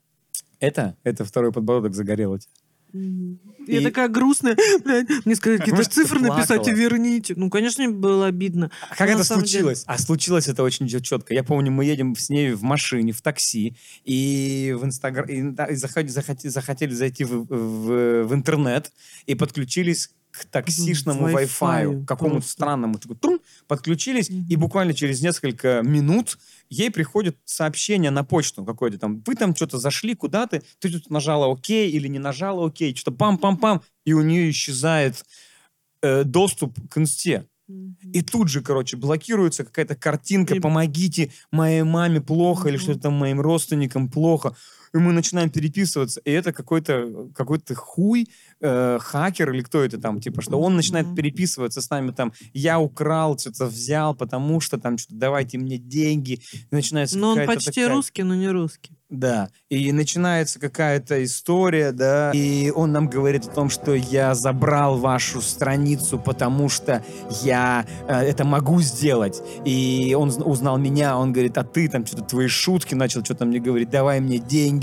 A: Это? Это второй подбородок загорел у тебя.
B: Мгм.
A: И-
B: Я такая грустная, блядь. Мне сказали, какие-то
A: Может, ты
B: цифры написать и
A: плакала?
B: верните. Ну, конечно, мне было обидно.
A: А Как
B: Ну,
A: это
B: на самом
A: случилось? А случилось это очень четко. Я помню, мы едем с ней в машине, в такси, и в Инстаграм, и, да, и захот- захоти- захотели зайти в, в- в интернет, и подключились к таксишному
B: Мгм, к
A: Wi-Fi,
B: Wi-Fi,
A: к какому-то
B: просто.
A: странному. Такой трум, подключились, и
B: Мгм.
A: буквально через несколько минут ей приходит сообщение на почту какое-то там. Вы там что-то зашли куда-то, ты тут нажала ОК или не нажала ОК, что-то пам-пам-пам, и у нее исчезает э, доступ к инсте. И тут же, короче, блокируется какая-то картинка,
B: И-
A: помогите, моей маме плохо, или
B: Мгм.
A: что-то там моим родственникам плохо. И мы начинаем переписываться, и это какой-то какой-то хуй, э, хакер или кто это там, типа, что он начинает
B: Мгм.
A: переписываться с нами там, я украл, что-то взял, потому что там что-то давайте мне деньги. И начинается
B: Но он
A: какая-то
B: почти
A: такая-
B: русский, но не русский.
A: да, и начинается какая-то история, да, и он нам говорит о том, что я забрал вашу страницу, потому что я э, это могу сделать. И он зн- узнал меня, он говорит, а ты там что-то твои шутки начал что-то мне говорить, давай мне деньги,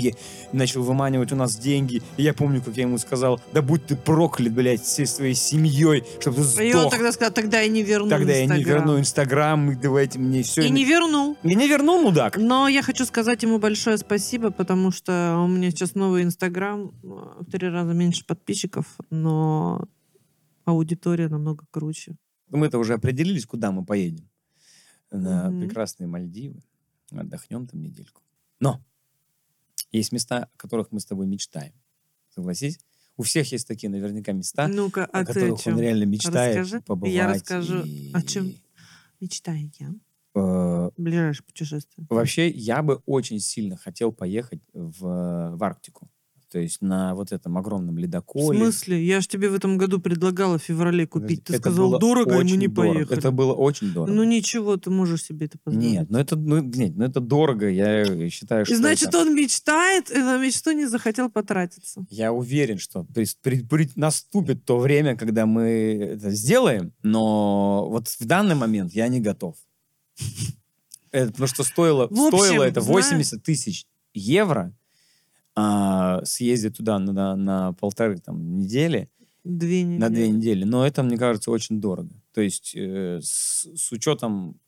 A: начал выманивать у нас деньги. И я помню, как я ему сказал, да будь ты проклят, блядь, всей своей семьей, чтобы ты
B: И он
A: сдох.
B: тогда сказал, тогда я не верну
A: Тогда я не
B: Инстаграм».
A: верну Инстаграм, и давайте мне все.
B: И не вернул.
A: Я не верну, мудак.
B: Но я хочу сказать ему большое спасибо, потому что у меня сейчас новый Инстаграм, э, в три раза меньше подписчиков, но аудитория намного круче.
A: Мы-то уже определились, куда мы поедем. На
B: Мгм.
A: прекрасные Мальдивы. Отдохнем там недельку. Но есть места, о которых мы с тобой мечтаем. Согласись? У всех есть такие наверняка места,
B: Ну-ка,
A: о
B: а ты о
A: которых он
B: чем
A: реально мечтает
B: Расскажи.
A: побывать.
B: Я расскажу,
A: и-
B: о чем мечтаю я?
A: Э,
B: Ближайшее путешествие.
A: Вообще, я бы очень сильно хотел поехать в, в Арктику. То есть на вот этом огромном ледоколе.
B: В смысле? Я же тебе в этом году предлагала в феврале купить. Ты
A: Это
B: сказал,
A: было
B: дорого, и мы
A: очень
B: не
A: дорого.
B: поехали.
A: Это было очень дорого.
B: Ну ничего, ты можешь себе это позволить.
A: Нет, ну это, ну, нет, ну это дорого, я э, считаю,
B: И
A: что
B: значит,
A: это-
B: он мечтает, и на мечту не захотел потратиться.
A: Я уверен, что при- при- при- наступит то время, когда мы это сделаем, но вот в данный момент я не готов. Это потому что стоило,
B: В общем,
A: стоило это
B: знаешь-
A: 80 тысяч евро а, съездить туда на, на- на полторы там, недели,
B: Две недели.
A: на две недели. Но это, мне кажется, очень дорого. То есть э, с, с учетом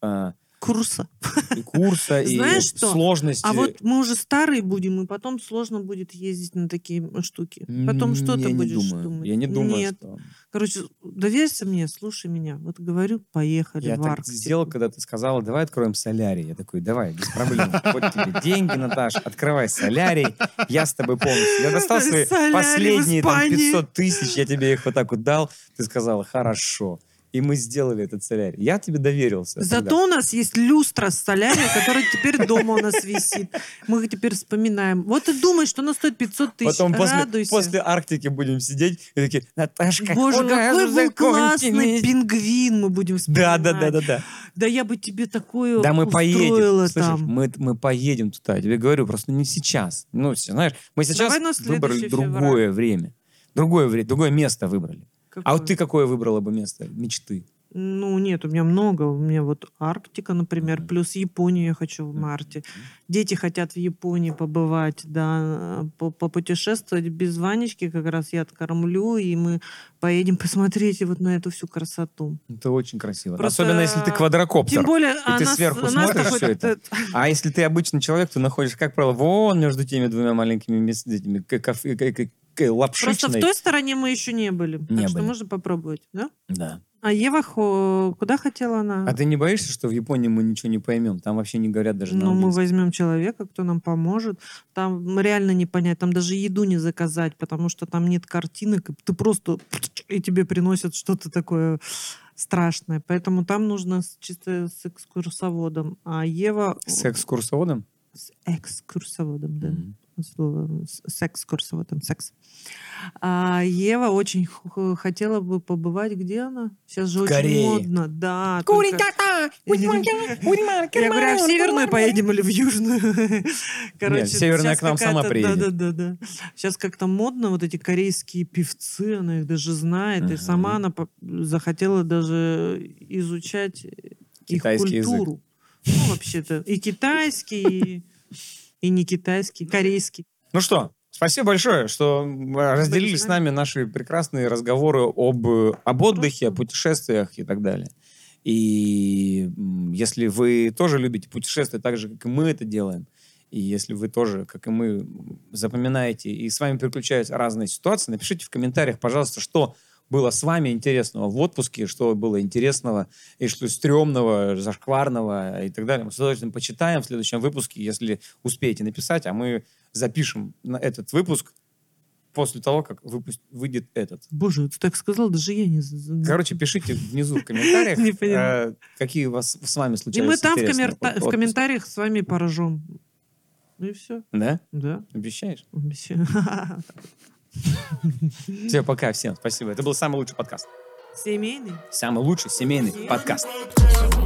A: э,
B: Курса.
A: и курса и
B: Знаешь что?
A: сложности.
B: А вот мы уже старые будем, и потом сложно будет ездить на такие штуки. Потом
A: М,
B: что
A: я
B: ты
A: не
B: будешь
A: думаю.
B: думать?
A: Я не думаю,
B: Нет.
A: что...
B: Короче, доверься мне, слушай меня. Вот говорю, поехали
A: Я
B: в
A: так
B: Арктику.
A: сделал, когда ты сказала, давай откроем солярий. Я такой, давай, без проблем. Вот тебе деньги, Наташ, открывай солярий. Я с тобой полностью. Я достал свои
B: Солярий в
A: последние там,
B: Испании.
A: 500 тысяч, я тебе их вот так вот дал. Ты сказала, хорошо. И мы сделали этот солярий. Я тебе доверился.
B: Зато
A: тогда.
B: у нас есть люстра с солярия, которая теперь дома у нас висит. Мы теперь вспоминаем. Вот ты думаешь, что она стоит 500 тысяч.
A: Потом после,
B: Радуйся.
A: после Арктики будем сидеть и такие, Наташка,
B: Боже,
A: у нас
B: какой был
A: такой
B: классный
A: интересный».
B: пингвин мы будем
A: Да,
B: вспоминать.
A: да, да, да, да.
B: Да я бы тебе такое
A: Да мы
B: устроила
A: поедем. Слышишь,
B: там.
A: мы, мы поедем туда. Я тебе говорю, просто не сейчас. Ну, с- знаешь, мы сейчас
B: Давай на следующий
A: выбрали
B: февраль.
A: другое время. Другое время, другое место выбрали. А вот
B: Какое?
A: ты какое выбрала бы место мечты?
B: Ну, нет, у меня много. У меня вот Арктика, например,
A: Мгм.
B: плюс Японию я хочу в марте. Дети хотят в Японии побывать, да, по- попутешествовать без Ванечки, как раз я откормлю, и мы поедем посмотреть вот на эту всю красоту.
A: Это очень красиво.
B: Просто-
A: Особенно, если ты квадрокоптер.
B: Тем более, а
A: ты
B: нас,
A: сверху
B: нас э,
A: смотришь
B: такой-
A: всё это? А если ты обычный человек, то находишь, как правило, вон между теми двумя маленькими мест- этими к- каф- к- к- к-
B: Просто в
A: лапшичной.
B: той стороне мы еще не были, так
A: Не
B: что
A: были.
B: можно попробовать, да?
A: Да.
B: А Ева, хо- куда хотела она?
A: А ты не боишься, что в Японии мы ничего не поймем? Там вообще не говорят даже на
B: Ну, мы
A: английском.
B: возьмем человека, кто нам поможет. Там реально не понять, там даже еду не заказать, потому что там нет картинок, и ты просто и тебе приносят что-то такое страшное. Поэтому там нужно с- чисто с экскурсоводом. А Ева
A: С экскурсоводом?
B: с экскурсоводом, да.
A: Мгм.
B: от слова с- секс, курсово там секс. А Ева очень ху- ху- хотела бы побывать, где она? Сейчас же очень
A: Корее.
B: модно, да. только- Я говорю, а в северную поедем или в южную? Короче,
A: северная
B: сейчас
A: к нам сама
B: какая-то-
A: приедет.
B: Да-да-да. Сейчас как-то модно вот эти корейские певцы, она их даже знает, и
A: Мгм.
B: сама она по- захотела даже изучать их
A: Китайский язык.
B: культуру. Ну, вообще-то, и китайский, и- и не китайский, корейский.
A: Ну что, спасибо большое, что а, м, разделили
B: были с
A: с нами наши прекрасные разговоры об, э, об отдыхе, о путешествиях и так далее. И м, если вы тоже любите путешествия так же, как и мы это делаем, и если вы тоже, как и мы, м, запоминаете и с вами переключаются разные ситуации, напишите в комментариях, пожалуйста, что было с вами интересного в отпуске, что было интересного и что стрёмного, зашкварного и так далее. Мы с удовольствием почитаем в следующем выпуске, если успеете написать, а мы запишем на этот выпуск после того, как выпу- выйдет этот.
B: Боже, ты так сказал, даже я не... з- з-
A: Короче, пишите внизу в комментариях,
B: Не поняла.
A: э, какие у вас с вами
B: И
A: случаются
B: мы там в,
A: интересные
B: коммерта-
A: от-
B: в
A: отпуски.
B: комментариях с вами поражем. Ну и все,
A: Да?
B: да.
A: Обещаешь?
B: Вообще.
A: Все, пока всем. Спасибо. Это был самый лучший подкаст.
B: Семейный?
A: Самый лучший семейный подкаст.
G: Подкаст.